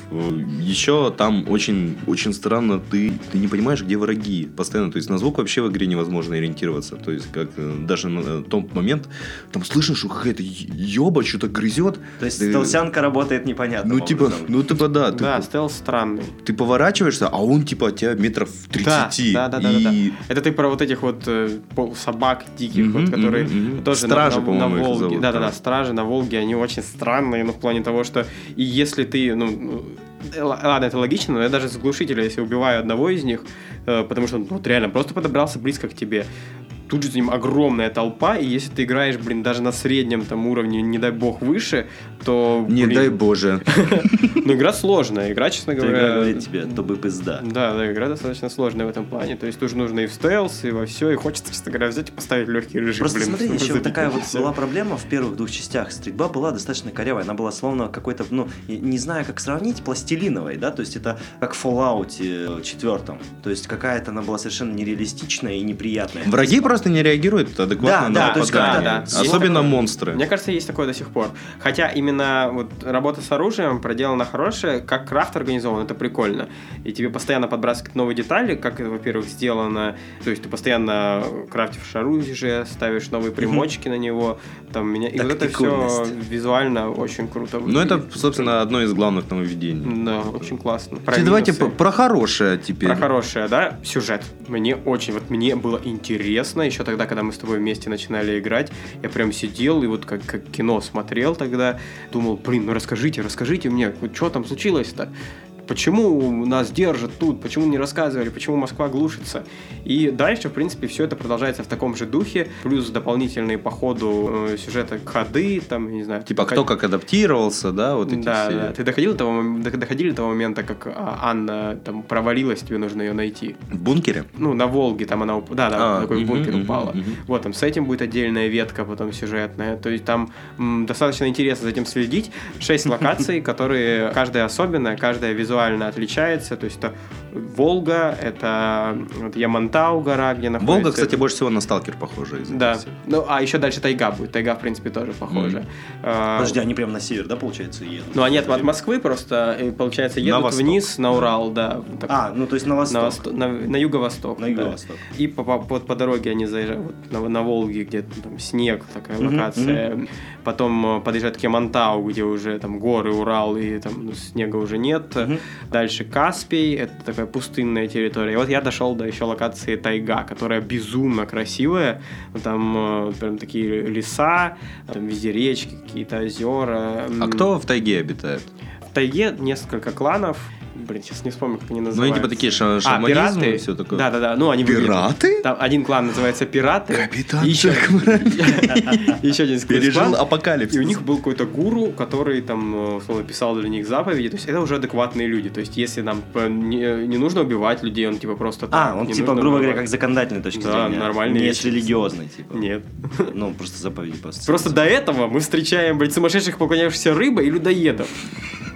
еще там очень, очень странно, ты, ты не понимаешь, где враги постоянно. То есть на звук вообще в игре невозможно ориентироваться. То есть как э, даже на э, тот момент, там слышишь, что какая-то еба что-то грызет.
То есть
Э,
толсянка работает непонятно.
Ну, типа, ну, типа, да, ты,
Да, стелс странный.
ты поворачиваешься, а он, типа, от тебя метров 30.
Да, да, да, да,
и...
Это ты про вот этих вот э, пол- собак диких,
Мгм,
вот, которые
мгм, мгм.
тоже на-
Стражи,
на,
по-моему,
на
их
Волге.
зовут,
да, да,
да.
да, стражи на Волге, они очень странные, ну, в плане того, что и если ты, ну, ну, э, л- ладно, это логично, но я даже с глушителя, если убиваю одного из них, э, потому что он вот реально просто подобрался близко к тебе, тут же за ним огромная толпа, и если ты играешь, блин, даже на среднем там уровне, не дай бог, выше, то...
Не
блин,
дай боже.
Ну, игра сложная, игра, честно говоря...
говорит тебе, то бы пизда.
Да, да, игра достаточно сложная в этом плане. То есть тоже нужно и в стелс, и во все, и хочется, честно говоря, взять и поставить легкий режим.
Просто
блин, <laughs>
смотри,
чтобы
еще
забить
такая
это
вот
всё.
была проблема в первых двух частях. Стрельба была достаточно корявая. Она была словно какой-то, ну, и- не знаю, как сравнить, пластилиновой, да? То есть это как в Fallout 4. То есть какая-то она была совершенно нереалистичная и неприятная. Типа,
Враги просто не реагируют а
Да,
адекватно на
да, то есть
попадание.
когда- да, да.
Особенно
Есть такое.
монстры.
Мне кажется, есть такое до сих пор. Хотя именно вот работа с оружием проделана хорошая, как крафт организован, это прикольно. И тебе постоянно подбрасывают новые детали, как это, во-первых, сделано. То есть ты постоянно крафтишь оружие, ставишь новые примочки на него. Там меня... И вот это все
Тактикульность.
визуально очень круто
Ну, это,
выглядит.
собственно, одно из главных нововведений.
Да, очень классно. Про
Кстати, Давайте
минусы.
по- про хорошее теперь.
Про хорошее, да, сюжет. Мне очень, вот мне было интересно, еще тогда, когда мы с тобой вместе начинали играть, я прям сидел и вот как, как кино смотрел тогда, думал, блин, ну расскажите, расскажите мне, вот что там случилось-то? Почему нас держат тут? Почему не рассказывали? Почему Москва глушится? И дальше, в принципе, все это продолжается в таком же духе, плюс дополнительные по ходу э, сюжета ходы, там, я не знаю.
Типа, кто
как-
как адаптировался, да, вот эти
да,
все.
да. Ты доходил до того, мом- до- доходили до того момента, как а, Анна там провалилась, тебе нужно ее найти.
В бункере?
Ну, на Волге там она уп- Да, да,
А,
такой
мгм,
бункер
мгм,
упала.
мгм.
Вот, там с этим будет отдельная ветка потом сюжетная. То есть там м, достаточно интересно за этим следить. Шесть локаций,
<laughs>
которые каждая особенная, каждая визуально отличается. То есть это Волга, это вот Ямантау гора, где находится...
Волга, кстати, больше всего на сталкер похожа. из этих
Да.
всех.
Ну, а еще дальше тайга будет. Тайга, в принципе, тоже похожа. А,
Подожди, они прям на север, да, получается, едут?
Ну, они от, от Москвы просто, э, получается,
На
едут
восток.
вниз, на Урал, да. Так,
А, ну то есть на восток.
на, восто- на- на юго-восток.
На
да.
юго-восток.
И по, по, вот по дороге они заезжают вот на, на Волге, где там снег, такая
Мгм,
локация. Потом э, подъезжают к Ямантау, где уже там горы, Урал, и там ну, снега уже нет.
Мгм.
Дальше Каспий, это такая пустынная территория. И вот я дошел до еще локации Тайга, которая безумно красивая. Там э, прям такие леса, там везде речки, какие-то озера.
А кто в тайге обитает?
В Тайге несколько кланов. Блин, сейчас не вспомню, как они
Ну, они
называются.
типа такие ша-
А,
шаманизм
пираты?
и все такое.
Да, да, да. Ну, они выглядят-
Пираты?
Там один клан называется пираты.
Капитан
и еще, <laughs>
Джек Мрак
и еще один сквозь
пережил
клан.
апокалипсис.
И у них был какой-то гуру, который там, э, условно, писал для них заповеди. То есть это уже адекватные люди. То есть если нам э, не, не нужно убивать людей, он типа просто...
А,
так,
он
не
типа,
нужно
грубо говоря, как
убивать.
с законодательной точки
Да,
зрения.
нормальный
Не
вещь.
с религиозной,
<laughs>
типа.
Нет.
Ну, просто заповеди просто.
Просто до этого мы встречаем, блядь, сумасшедших поклонявшихся рыбы и людоедов.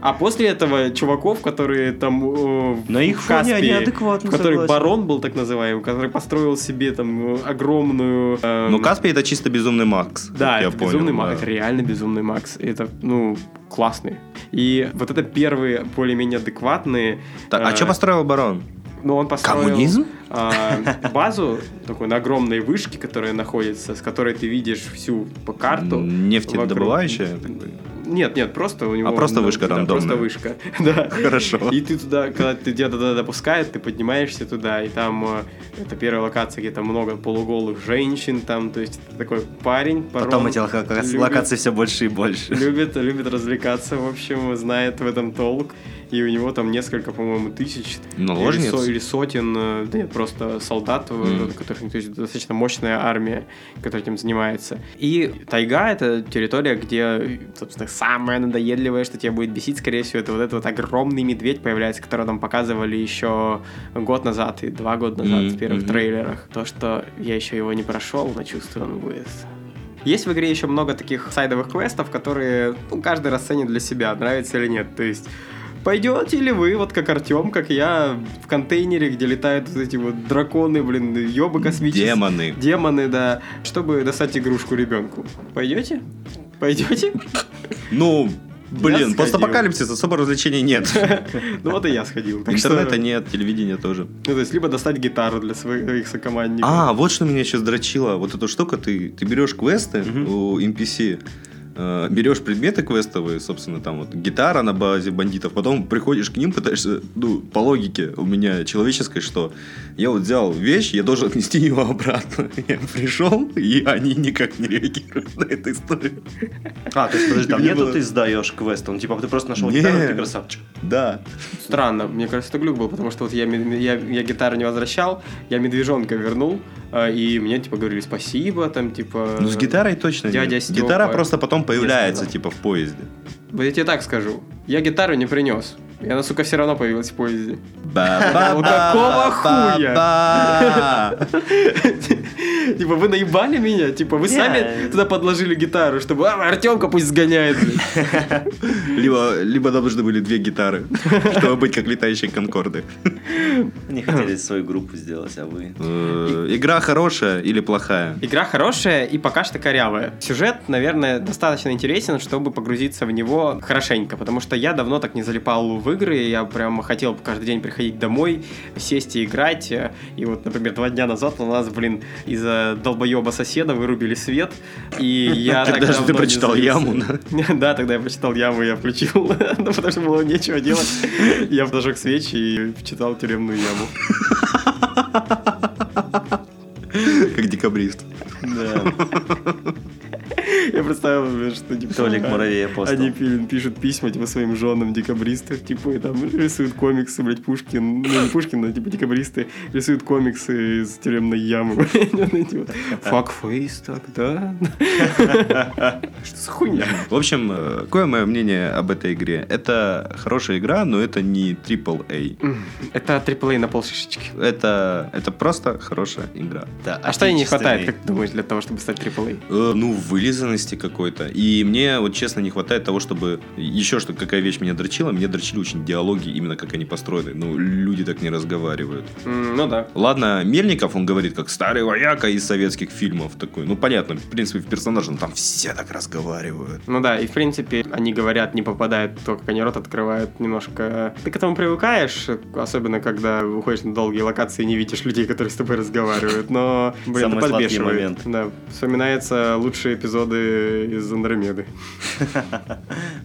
А после этого чуваков, которые там э,
На
в
их фоне они адекватны,
который
согласен.
барон был так называемый, который построил себе там э, огромную... эм,
Ну, Каспий это чисто безумный Макс.
Да,
как я
это
понял,
безумный
да.
Макс, это реально безумный Макс. Это, ну, классный. И вот это первые более-менее адекватные...
Так, А
э,
что построил барон?
ну, он построил
Коммунизм?
э, базу такой на огромной вышке, которая находится, с которой ты видишь всю по карту.
М, Нефтедобывающая?
вокруг.
так бы.
Нет, нет, просто у него...
А просто
ну,
вышка
да,
рандомная.
Просто вышка, <laughs> да.
Хорошо.
И ты туда, когда ты тебя туда допускают, ты поднимаешься туда, и там э, это первая локация, где там много полуголых женщин, там, то есть это такой парень,
Потом
парон,
эти лока-
любит-
локации все больше и больше.
Любит, любит развлекаться, в общем, знает в этом толк. И у него там несколько, по-моему, тысяч
Наложниц?
Или, со- или сотен, э, да нет, просто солдат, э,
Мгм.
которых то есть, достаточно мощная армия, которая этим занимается. И тайга — это территория, где, собственно, самое надоедливое, что тебя будет бесить, скорее всего, это вот этот вот огромный медведь появляется, которого нам показывали еще год назад и два года назад
Мгм,
в первых
мгм.
трейлерах. То, что я еще его не прошел, но чувствую, он будет есть в игре еще много таких сайдовых квестов, которые ну, каждый расценит для себя, нравится или нет. То есть Пойдете ли вы, вот как Артем, как я, в контейнере, где летают вот эти вот драконы, блин, ёбы космические.
Демоны.
Демоны, да. Чтобы достать игрушку ребенку. Пойдете? Пойдете?
Ну, блин,
сходил.
постапокалипсис особо развлечений <laughs> нет.
<laughs> Ну вот и я сходил. так что-
Интернета нет, телевидения тоже.
Ну, то есть, либо достать гитару для своих сокомандников.
А, вот что меня еще дрочило. Вот эту штуку, ты, ты берешь квесты
Мгм.
у NPC, э, берешь предметы квестовые, собственно, там вот гитара на базе бандитов, потом приходишь к ним, пытаешься, ну, по логике у меня человеческой, что я вот взял вещь, я должен <laughs> отнести ее обратно. Я пришел, и они никак не реагируют на эту историю.
А, то есть, подожди, там
Где
нету
было?
ты сдаешь квест, он типа ты просто нашел гитару, и ты
Нет.
красавчик.
Да.
Странно, мне кажется, это глюк был, потому что вот я, мед- я, я гитару не возвращал, я медвежонка вернул, э, и мне типа говорили спасибо, там типа...
Ну, с гитарой точно
Дядя
нет.
Степа.
Гитара просто потом появляется,
сказал.
типа, в <laughs> поезде.
Вот я тебе так скажу, я гитару не принес, и она, сука, все равно появилась в поезде. <laughs> Ну, какого хуя?
хуя?
Типа, вы наебали меня? Типа, вы
Не.
сами туда подложили гитару, чтобы «А, Артемка пусть сгоняет. блин».
Либо, либо там нужны были две гитары, <laughs> чтобы быть как летающие конкорды. <laughs>
Не хотели свою группу сделать, а вы.
Э, Игра хорошая или плохая? <laughs>
Игра хорошая и пока что корявая. Сюжет, наверное, достаточно интересен, чтобы погрузиться в него хорошенько, потому что я давно так не залипал в игры, я прям хотел каждый день приходить домой, сесть и играть. э, И вот, например, два дня назад у нас, блин, из-за долбоеба соседа вырубили свет, и я так
<laughs> Тогда же ты
давно не
прочитал
залез.
яму,
<laughs>
да?
Да, тогда я прочитал яму, я включил, <laughs> ну, потому что было нечего делать. Я зажег свечи и читал тюремную яму.
Как декабрист.
Да.
Я представил, блин, что типа,
Толик
а,
Муравей апостол.
Они пи- пишут письма типа своим женам декабристов, типа и там рисуют комиксы, блядь, Пушкин, ну не Пушкин, но типа декабристы рисуют комиксы из тюремной ямы. <laughs> Факфейс, так, да? Что за хуйня?
В общем, э, какое мое мнение об этой игре? Это хорошая игра, но это не AAA.
Это триплей на полшишечки.
Это, это просто хорошая игра.
Да,
А что ей не хватает,
отечественный.
как ты думаешь, для того, чтобы стать триплей?
Э, ну, вылизанности какой-то. И мне, вот честно, не хватает того, чтобы... Еще что, какая вещь меня дрочила, меня дрочили очень диалоги, именно как они построены. Ну, люди так не разговаривают.
Ну да.
Ладно, Мельников, он говорит, как старый вояка из советских фильмов такой. Ну, понятно, в принципе, в персонаже, но там все так разговаривают.
Ну да, и в принципе они говорят, не попадают, то, как они рот открывают немножко. Ты к этому привыкаешь, особенно когда выходишь на долгие локации и не видишь людей, которые с тобой разговаривают. Но, блин,
Самый
это
сладкий
подбешивает.
момент.
Да, вспоминаются лучшие эпизоды из Андромеды.
<laughs>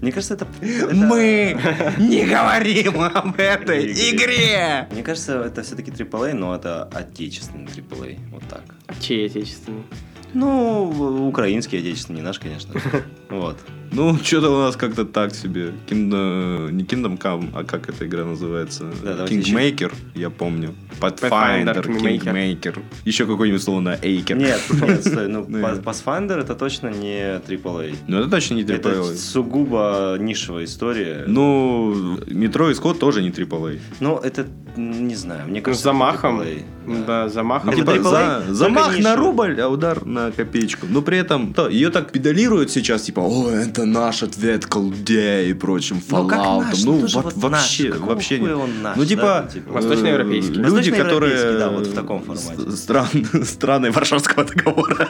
Мне кажется, это... это- <laughs>
Мы не говорим об этой игре!
Мне кажется, это все-таки AAA, но это отечественный AAA. Вот так.
Чей отечественный?
Ну, украинский отечественный, не наш,
<laughs>
конечно. Вот.
Ну, что-то у нас как-то так себе. Киндо- Не Kingdom Come, а как эта игра называется?
Да, давайте
Kingmaker, я помню.
Pathfinder,
Pathfinder,
Kingmaker.
Kingmaker. Еще какое-нибудь слово на Эйкер.
Нет, нет, стой, ну,
Ну,
Пас-
я-
Pathfinder это точно не AAA.
Ну, это точно не
Это
AAA.
сугубо нишевая история.
Ну, метро и Скотт тоже не AAA.
Ну, это, м, не знаю, мне кажется... это
Замахом.
AAA,
Ну, Да, замахом.
Ну,
Это
типа,
AAA,
за-
только
замах
ниша.
на рубль, а удар на копеечку. Но при этом то, ее так педалируют сейчас, типа, о, это наш ответ колде и прочим
Ну, как
Fallout.
наш?
Ну,
Тоже
во-
вот наш.
вообще,
Какого
вообще нет.
хуя он наш,
ну,
да?
типа,
Ну, типа,
э,
Восточноевропейский.
люди,
Восточноевропейский,
которые...
да, вот в таком формате.
с- стран- <laughs> страны Варшавского договора.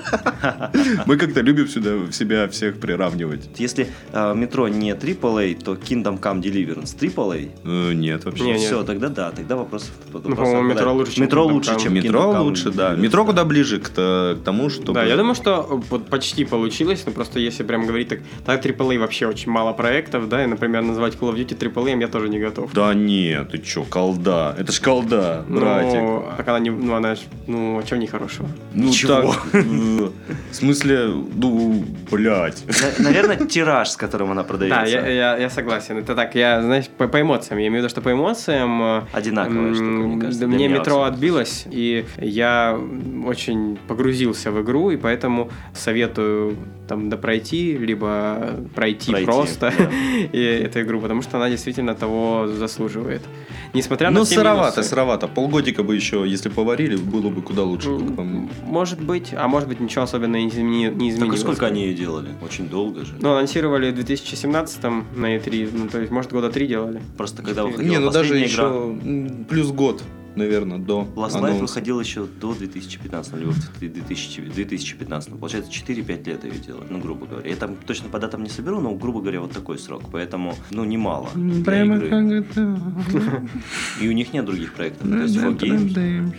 <laughs>
Мы как-то любим сюда в себя всех приравнивать.
Если э, метро не AAA, то Kingdom Come Deliverance AAA.
Э, Нет, вообще.
Не, не.
Все, тогда да, тогда вопросов
Ну, по-моему, метро лучше, чем
Метро
Kingdom
лучше, чем
метро
Kingdom Come.
лучше, да. Метро куда ближе к, то- к тому, что...
Да, я думаю, что вот почти получилось, но просто если прям говорить так, так AAA вообще очень мало проектов, да, и, например, назвать Call of Duty AAA я тоже не готов.
Да нет, ты чё, колда. Это ж колда,
Ну,
братик.
так она не, ну, она ж, ну, а чего нехорошего?
Ну
Ничего.
так, э, в смысле, ну, блядь.
На- Наверное, тираж, с которым она продается.
Да, я, э, я, я согласен. Это так, я, знаешь, по, по эмоциям. Я имею в виду, что по эмоциям... э,
Одинаковая штука,
м,
мне кажется.
да
для
Мне
меня,
метро
во всяком
отбилось, и я очень погрузился в игру, и поэтому советую там допройти, либо пройти,
Пройти,
просто
да.
<laughs> и эту игру, потому что она действительно того заслуживает. Несмотря на
Ну,
все
сыровато,
минусы.
сыровато. Полгодика бы еще, если поварили, было бы куда лучше, как по мне.
М, Может быть, а может быть ничего особенно не измени- не
случае. Так и
изменилось.
сколько они ее делали? Очень долго же.
Ну, анонсировали в 2017 на E3, ну, то есть, может, года три делали.
Просто когда
четыре.
выходила
Не, ну даже
последняя
еще
игра,
м, плюс год, наверное, до
Last Light
анонса.
выходил еще до 2015, или в 2000 2015. Получается, 4-5 лет ее делать, ну, грубо говоря. Я там точно по датам не соберу, но, грубо говоря, вот такой срок. Поэтому, ну, немало. для игры. И у них нет других проектов. То есть, Four Games.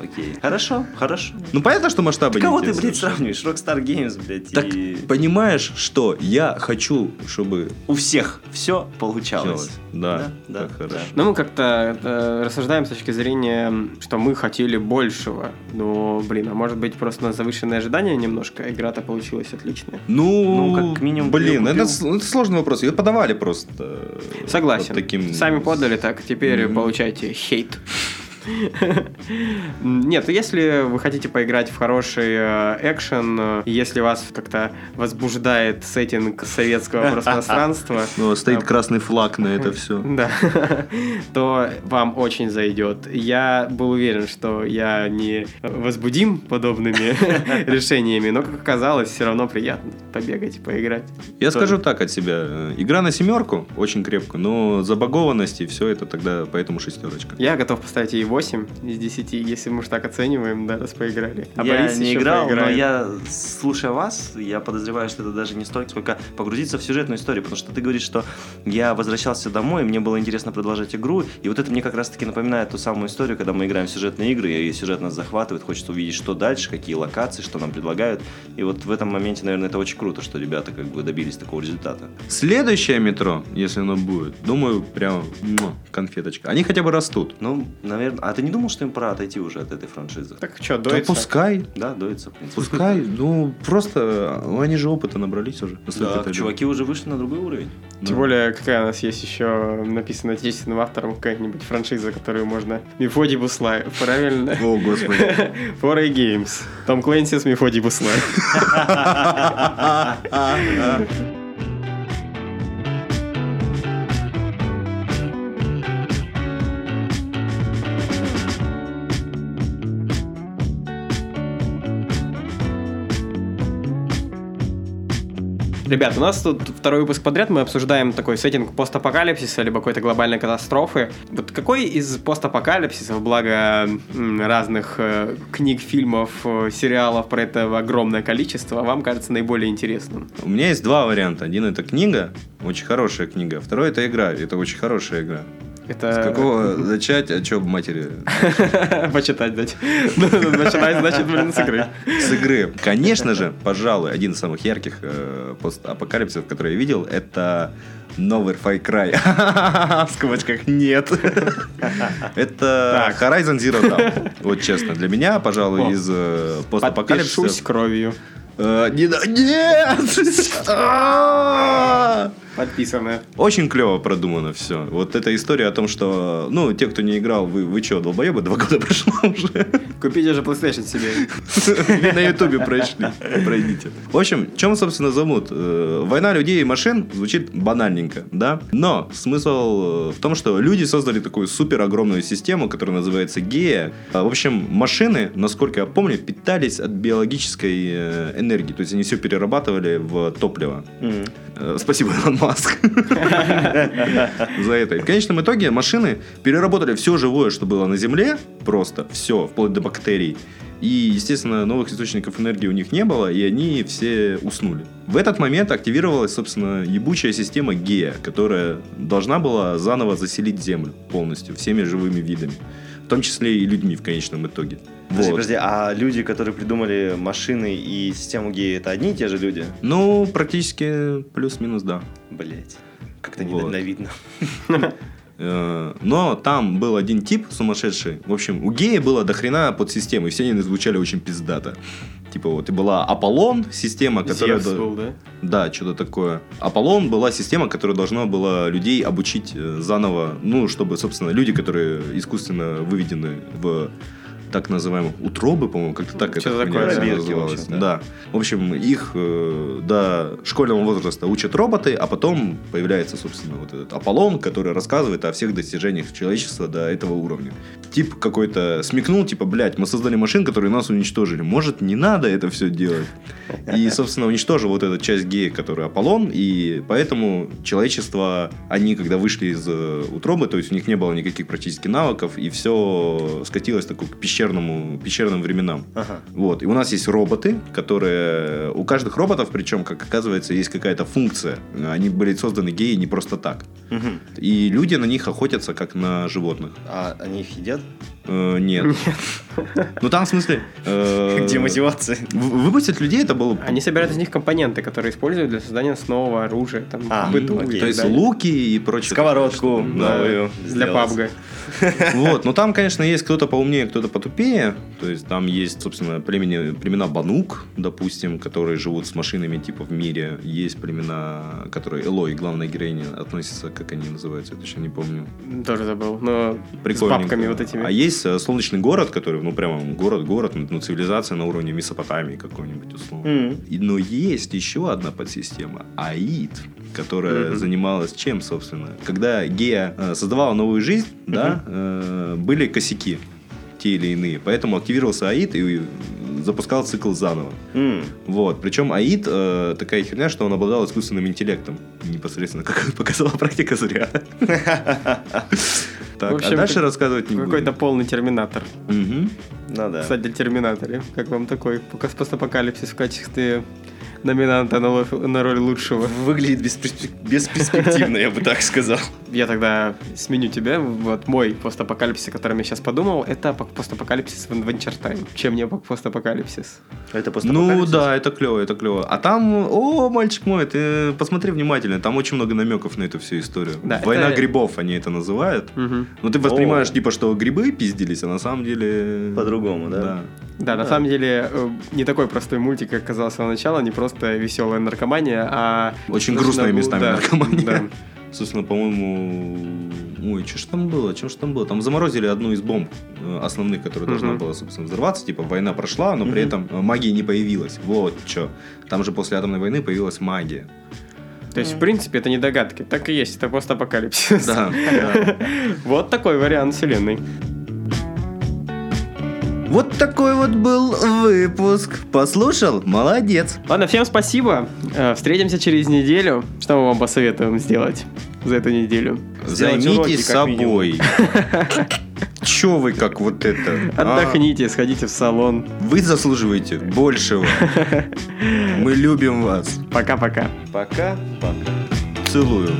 Окей. Хорошо, хорошо.
Ну понятно, что масштабы
Ты кого
не
ты,
те
блядь,
совершенно.
сравниваешь? Rockstar Games, блядь,
Так
и...
понимаешь, что я хочу, чтобы
У всех все получалось.
делалось. Да,
Да,
да,
да,
хорошо.
Ну, мы как-то э, рассуждаем с точки зрения, м, что мы хотели большего. Но, блин, а может быть, просто на завышенные ожидания немножко игра-то получилась отличная.
Ну,
Ну, как минимум, ты
блин,
её купил.
это, с- это сложный вопрос. Ее подавали просто. э,
Согласен.
вот таким...
Сами подали так, теперь
Мгм.
получайте хейт. Нет, ну, если вы хотите поиграть в хороший э, экшен, э, если вас как-то возбуждает сеттинг
<laughs>
советского пространства, э,
Ну, стоит
Да.
красный флаг на <laughs> это все.
Да. <laughs> То вам очень зайдет. Я был уверен, что я не возбудим подобными <laughs> решениями, но, как оказалось, все равно приятно побегать, поиграть.
Я
Тоже.
скажу так от себя. э, Игра на семерку, очень крепкую, но забагованности все это тогда поэтому шестерочка.
Я готов поставить ей 8 из 10, если мы уж так оцениваем, да, раз поиграли. А
я
Борис
не
еще
играл,
поиграет.
но я, слушая вас, я подозреваю, что это даже не столько, сколько погрузиться в сюжетную историю, потому что ты говоришь, что я возвращался домой, и мне было интересно продолжать игру, и вот это мне как раз-таки напоминает ту самую историю, когда мы играем в сюжетные игры, и сюжет нас захватывает, хочется увидеть, что дальше, какие локации, что нам предлагают, и вот в этом моменте, наверное, это очень круто, что ребята как бы добились такого результата.
Следующее метро, если оно будет, думаю, прям муа, конфеточка. Они хотя бы растут.
Ну, наверное, а ты не думал, что им пора отойти уже от этой франшизы?
Так что,
Да
дуется?
пускай.
Да, доится, в принципе.
Пускай, ну просто э, они же опыта набрались уже. Насколько
Да,
это
чуваки уже вышли на другой уровень.
лет.
Тем
Да.
более, какая у нас есть еще написана отечественным автором какая-нибудь франшиза, которую можно... Мефодий Буслаев, правильно?
О,
<laughs>
господи.
Foray Games. Том Клэнси с Мефодий Буслаев. Ребят, у нас тут второй выпуск подряд, мы обсуждаем такой сеттинг постапокалипсиса, либо какой-то глобальной катастрофы. Вот какой из постапокалипсисов, благо м, разных э, книг, фильмов, э, сериалов про это огромное количество, вам кажется наиболее интересным?
У меня есть два варианта. Один это книга, очень хорошая книга. Второй это игра, это очень хорошая игра.
Это...
С какого начать, а чё матери?
<laughs> Почитать дать. Ну, Начинать, значит, блин, с игры.
С игры. Конечно же, пожалуй, один из самых ярких э, постапокалипсисов, который я видел, это новый Far Cry. <laughs> В скобочках
<laughs>
нет. Это
Так.
Horizon
<laughs>
Zero Dawn. Вот честно, для меня,
О.
пожалуй, из э,
Подпишусь
постапокалипсисов...
кровью.
Э, не на- Нет! А!
Подписанная.
<laughs> Очень клево продумано все. Вот эта история о том, что, ну, те, кто не играл, вы, вы что, долбоебы, два года прошло <laughs> уже.
Купите же PlayStation себе.
Вы На Ютубе прошли. Пройдите. В общем, чем, собственно, зовут? Э, Война людей и машин звучит банальненько, да? Но смысл э, в том, что люди создали такую супер огромную систему, которая называется Гея. А, В общем, машины, насколько я помню, питались от биологической э, энергии. То есть они все перерабатывали в топливо. Э, Спасибо, <laughs> Илон Маск. За это. И в конечном итоге машины переработали все живое, что было на Земле, просто все, вплоть до бактерий, И, естественно, новых источников энергии у них не было, и они все уснули. В этот момент активировалась, собственно, ебучая система Гея, которая должна была заново заселить Землю полностью, всеми живыми видами. В том числе и людьми в конечном итоге.
Подожди,
Вот.
подожди, а люди, которые придумали машины и систему Гея, это одни и те же люди?
Ну, практически плюс-минус, да.
Блять, как-то
Вот.
недальновидно.
Э, Но там был один тип сумасшедший. В общем, у гея было дохрена подсистемы, и все они звучали очень пиздато. Типа вот, и была Аполлон, система, которая...
Зевс
до-
был, да?
Да, что-то такое. Аполлон была система, которая должна была людей обучить э, заново, ну, чтобы, собственно, люди, которые искусственно выведены в так называемых утробы, по-моему, как-то так
Что-то
это
такое.
всё
Пробирки,
называлось.
в общем,
да.
да.
В общем, их э, до школьного возраста учат роботы, а потом появляется, собственно, вот этот Аполлон, который рассказывает о всех достижениях человечества до этого уровня. Тип какой-то смекнул, типа, блядь, мы создали машин, которые нас уничтожили. Может, не надо это все делать? И, собственно, уничтожил вот эту часть гея, который Аполлон, и поэтому человечество, они когда вышли из э, утробы, то есть у них не было никаких практически навыков, и все скатилось такой к пещерному, пещерным временам.
Ага.
Вот, и у нас есть роботы, которые... э, У каждых роботов, причем, как оказывается, есть какая-то функция. Они были созданы геи не просто так.
Мгм.
И люди на них охотятся, как на животных.
А они их едят?
Э, нет. Ну там, в смысле... э,
Где А мотивация?
вы- Выпустить людей это было...
Они собирают из них компоненты, которые используют для создания нового оружия, там,
А,
в быту
ну, окей.
и
То
так
есть
далее.
луки и прочее.
Сковородку
Да,
новую.
для
сделать.
пабга.
<laughs> Вот, но там, конечно, есть кто-то поумнее, кто-то потупее. То есть там есть, собственно, племени, племена Банук, допустим, которые живут с машинами типа в мире. Есть племена, которые Элой, главная героиня, относится, как они называются, я точно не помню.
Тоже забыл, но
Прикольно.
с бабками вот этими.
А есть э, солнечный город, который, ну, прямо город-город, ну, цивилизация на уровне Месопотамии какой-нибудь, условно.
Мгм.
И- Но есть еще одна подсистема АИД, которая
Мгм.
занималась чем, собственно? Когда Гея э, создавала новую жизнь, да, э, были косяки те или иные. Поэтому активировался АИД и э, запускал цикл заново.
М.
Вот. Причем АИД э, такая херня, что он обладал искусственным интеллектом. Непосредственно, как <laughs> показала
<laughs>
практика зря.
В
Так, а
общем,
дальше
как-
рассказывать не буду.
Ну, Какой-то полный терминатор.
Мгм.
Ну да.
Кстати, о терминаторе. Как вам такой показ постапокалипсис в качестве номинанта на, ло- на роль лучшего?
Выглядит бесперспек- бесперспективно, я бы так сказал.
Я тогда сменю тебя. Вот мой постапокалипсис, о котором я сейчас подумал, это пок- постапокалипсис в Adventure Time. Чем мне пок- постапокалипсис?
Это просто
Ну да, это клево, это клево. А там, о, мальчик мой, ты посмотри внимательно, там очень много намеков на эту всю историю.
Да,
Война
это-
грибов они это называют.
Мгм.
Но ты воспринимаешь
О.
типа, что грибы пиздились, а на самом деле...
По-другому, да?
Да, на
Да.
самом деле э, не такой простой мультик, как казалось с самого начала, не просто веселая наркомания, а...
Очень
достаточно
грустная
гу-
местами
да,
наркомания.
да.
Собственно, по-моему... Ой, что ж там было? Чем ж там было? Там заморозили одну из бомб э, основных, которая должна
Мгм.
была, собственно, взорваться. Типа, война прошла, но при
Мгм.
этом э, магии не появилось. Вот что. Там же после атомной войны появилась <laughs> магия.
То есть, в принципе, это не догадки. Так и есть, это постапокалипсис.
Да, да.
<laughs> Вот такой вариант вселенной.
Вот такой вот был выпуск. Послушал? Молодец.
Ладно, всем спасибо. Э, Встретимся через неделю. Что мы вам посоветуем сделать за эту неделю?
Сделать уроки,
Займитесь
как
собой. <laughs> Че вы как вот это? а?
Отдохните, сходите в салон.
Вы заслуживаете <laughs> большего. Мы любим вас.
Пока-пока.
Пока, пока.
Целую.